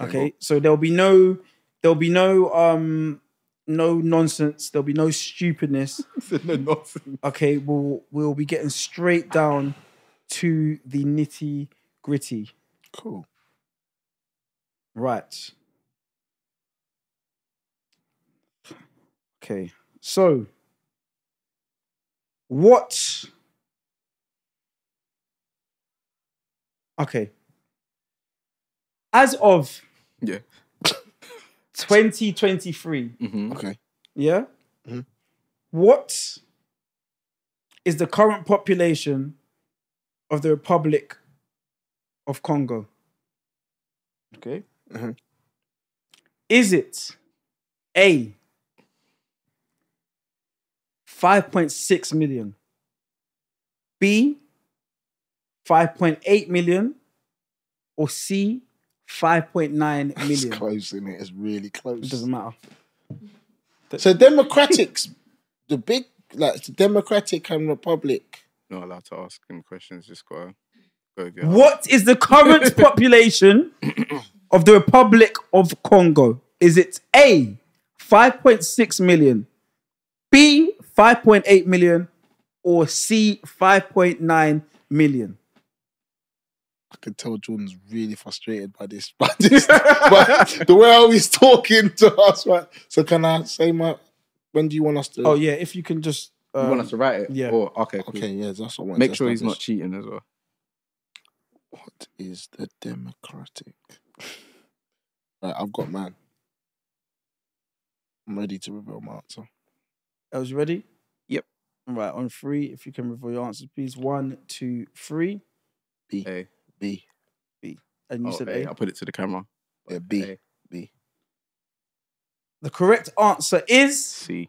S3: Okay. So there'll be no, there'll be no, um, no nonsense. There'll be no stupidness.
S2: It's no nonsense.
S3: okay, we'll we'll be getting straight down to the nitty gritty.
S1: cool?
S3: Right. Okay. So what Okay. As of
S2: Yeah.
S3: 2023,
S2: Mhm.
S1: Okay.
S3: yeah?
S1: Mhm.
S3: What is the current population of the Republic of Congo? Okay.
S1: Mhm.
S3: Is it A, 5.6 million, B, 5.8 million, or C, 5.9
S1: It's
S3: million?
S1: close, isn't it? It's really
S3: It
S1: close.
S3: doesn't matter.
S1: So democratics, the big like the democratic and republic.
S2: Not allowed to ask him questions. Just gotta go with your
S3: What is the current population of the Republic of Congo? Is it A, 5.6 million, B, 5.8 million, or C, 5.9 million?
S1: I can tell Jordan's really frustrated by this, by this, but the way how he's talking to us. Right? So can I say my? When do you want us to?
S3: Oh, yeah, if you can just.
S2: You
S3: Um,
S2: want us to write it?
S3: yeah.
S2: Or, okay, cool.
S1: Okay, yeah, that's what I wanted
S2: Make
S1: to
S2: sure he's not
S1: establish.
S2: cheating as well.
S1: What is the democratic? Right, I've got mine. I'm ready to reveal my answer.
S3: I was ready?
S2: Yep.
S3: All right, on three, if you can reveal your answers, please. One, two, three.
S2: A.
S1: B.
S3: And you
S2: Oh,
S3: said
S2: A.
S3: A.
S2: I'll put it to the camera.
S1: Yeah, B.
S2: A.
S3: The correct answer is
S2: C.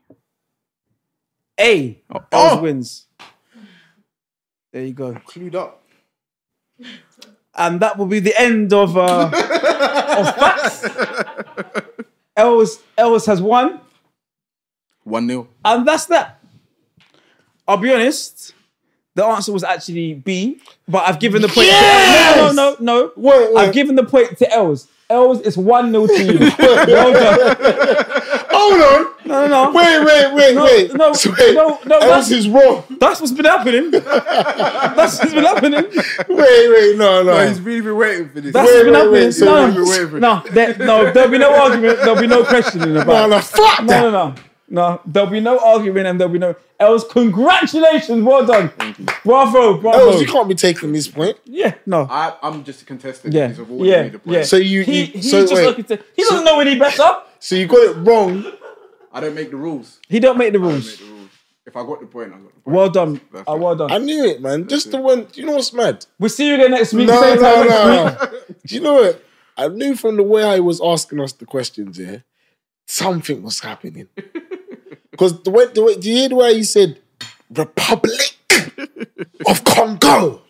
S3: A.
S2: Oh,
S3: Bells
S2: oh!
S3: wins. There you go.
S5: Clued up.
S3: And that will be the end of uh of facts. Els Els has won,
S2: one nil.
S3: and that's that. I'll be honest, the answer was actually B, but I've given the point to No, no, no, no.
S1: Wait,
S3: I've given the point to Els. Els, it's 1 0 to you. well done.
S1: Hold on.
S3: No, no, no.
S1: Wait, wait, wait,
S3: No,
S1: wait.
S3: no,
S1: So wait,
S3: no, no,
S1: Else
S3: that's-
S1: is wrong.
S3: That's what's been happening. That's what's been happening.
S1: Wait, wait, no, no.
S2: really been waiting for this.
S3: That's what's
S1: Wait,
S3: been
S1: wait,
S3: happening.
S1: wait, so
S2: wait, wait, wait,
S3: no,
S2: wait.
S3: no, there, no, there'll be no argument. There'll be no questioning about
S1: no,
S3: it.
S1: no, fuck that.
S3: No, no, no. No, there'll be no arguing and there'll be no. Els, congratulations. Well done. Bravo, bravo.
S1: Else, you can't be taking this point.
S3: yeah, no.
S2: I, I'm just a contestant.
S3: yeah,
S2: because I've already
S3: yeah,
S2: made a point.
S3: yeah.
S1: So you-
S3: he,
S1: you-
S3: he's
S1: so
S3: just
S1: wait.
S3: looking to, he doesn't know any better.
S1: So you got it wrong.
S2: I don't make the rules.
S3: He don't make the
S2: I don't make
S3: rules.
S2: the rules. If I got the point, I got the point.
S3: Well done,
S2: That's
S3: uh,
S2: it.
S3: well
S1: I
S3: done.
S1: knew it, man. Just the one. You know what's mad?
S3: We'll see you again next week.
S1: No, no,
S3: same time next
S1: no,
S3: week.
S1: no. Do you know what? I knew from the way I was asking us the questions here, something was happening. Because the way, the way, do you hear the way he said Republic of Congo?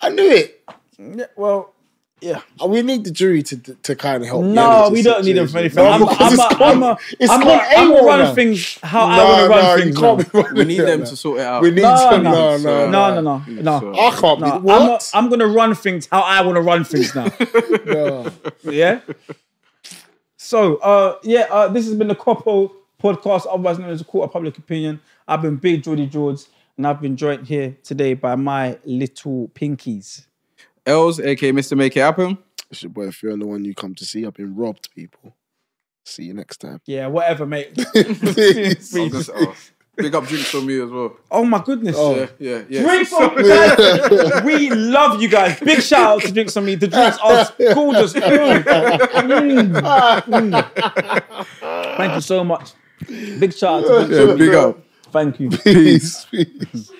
S1: I knew it.
S3: Yeah, well, Yeah.
S1: We need the jury to to kind of help.
S3: No, we don't need them for anything. I'm,
S1: because
S3: I'm,
S1: it's
S3: a, I'm, a,
S1: gone- it's
S3: I'm, a,
S1: gone
S3: I'm a
S1: AWOL
S3: run
S1: now.
S3: things how I
S1: No,
S3: want to run
S1: no,
S3: things.
S1: you
S3: now.
S1: can't be running
S2: We need
S1: it
S2: them
S1: now.
S2: to sort it out.
S1: We need
S3: No,
S1: to.
S3: no,
S1: Oh, No, no,
S3: no, no, no,
S2: Yeah,
S3: no.
S2: so-
S1: I can't
S3: No,
S1: be.
S3: I'm, a,
S1: What?
S3: I'm gonna run things how I want to run things now.
S1: No.
S3: yeah. So, uh, yeah, uh, this has been the Coppo podcast, otherwise known as the Court of Public Opinion. I've been Big Jordy George, and I've been joined here today by my little pinkies.
S2: Els, aka Mr. Make It Happen.
S1: It's your boy, if you're the one you come to see, I've been robbed, people. See you next time.
S3: Yeah, whatever, mate.
S1: Peace.
S2: I was gonna say, oh, Big up drinks from me as well.
S3: oh my goodness.
S2: Yeah, yeah, yeah.
S3: Drinks on me, guys. We love you guys. Big shout out to Drinks on Me. The drinks are gorgeous. Mm. Mm. Mm. Thank you so much. Big shout out to Drinks
S2: Yeah,
S3: on Me.
S2: big up.
S3: Thank you.
S1: Peace. Peace.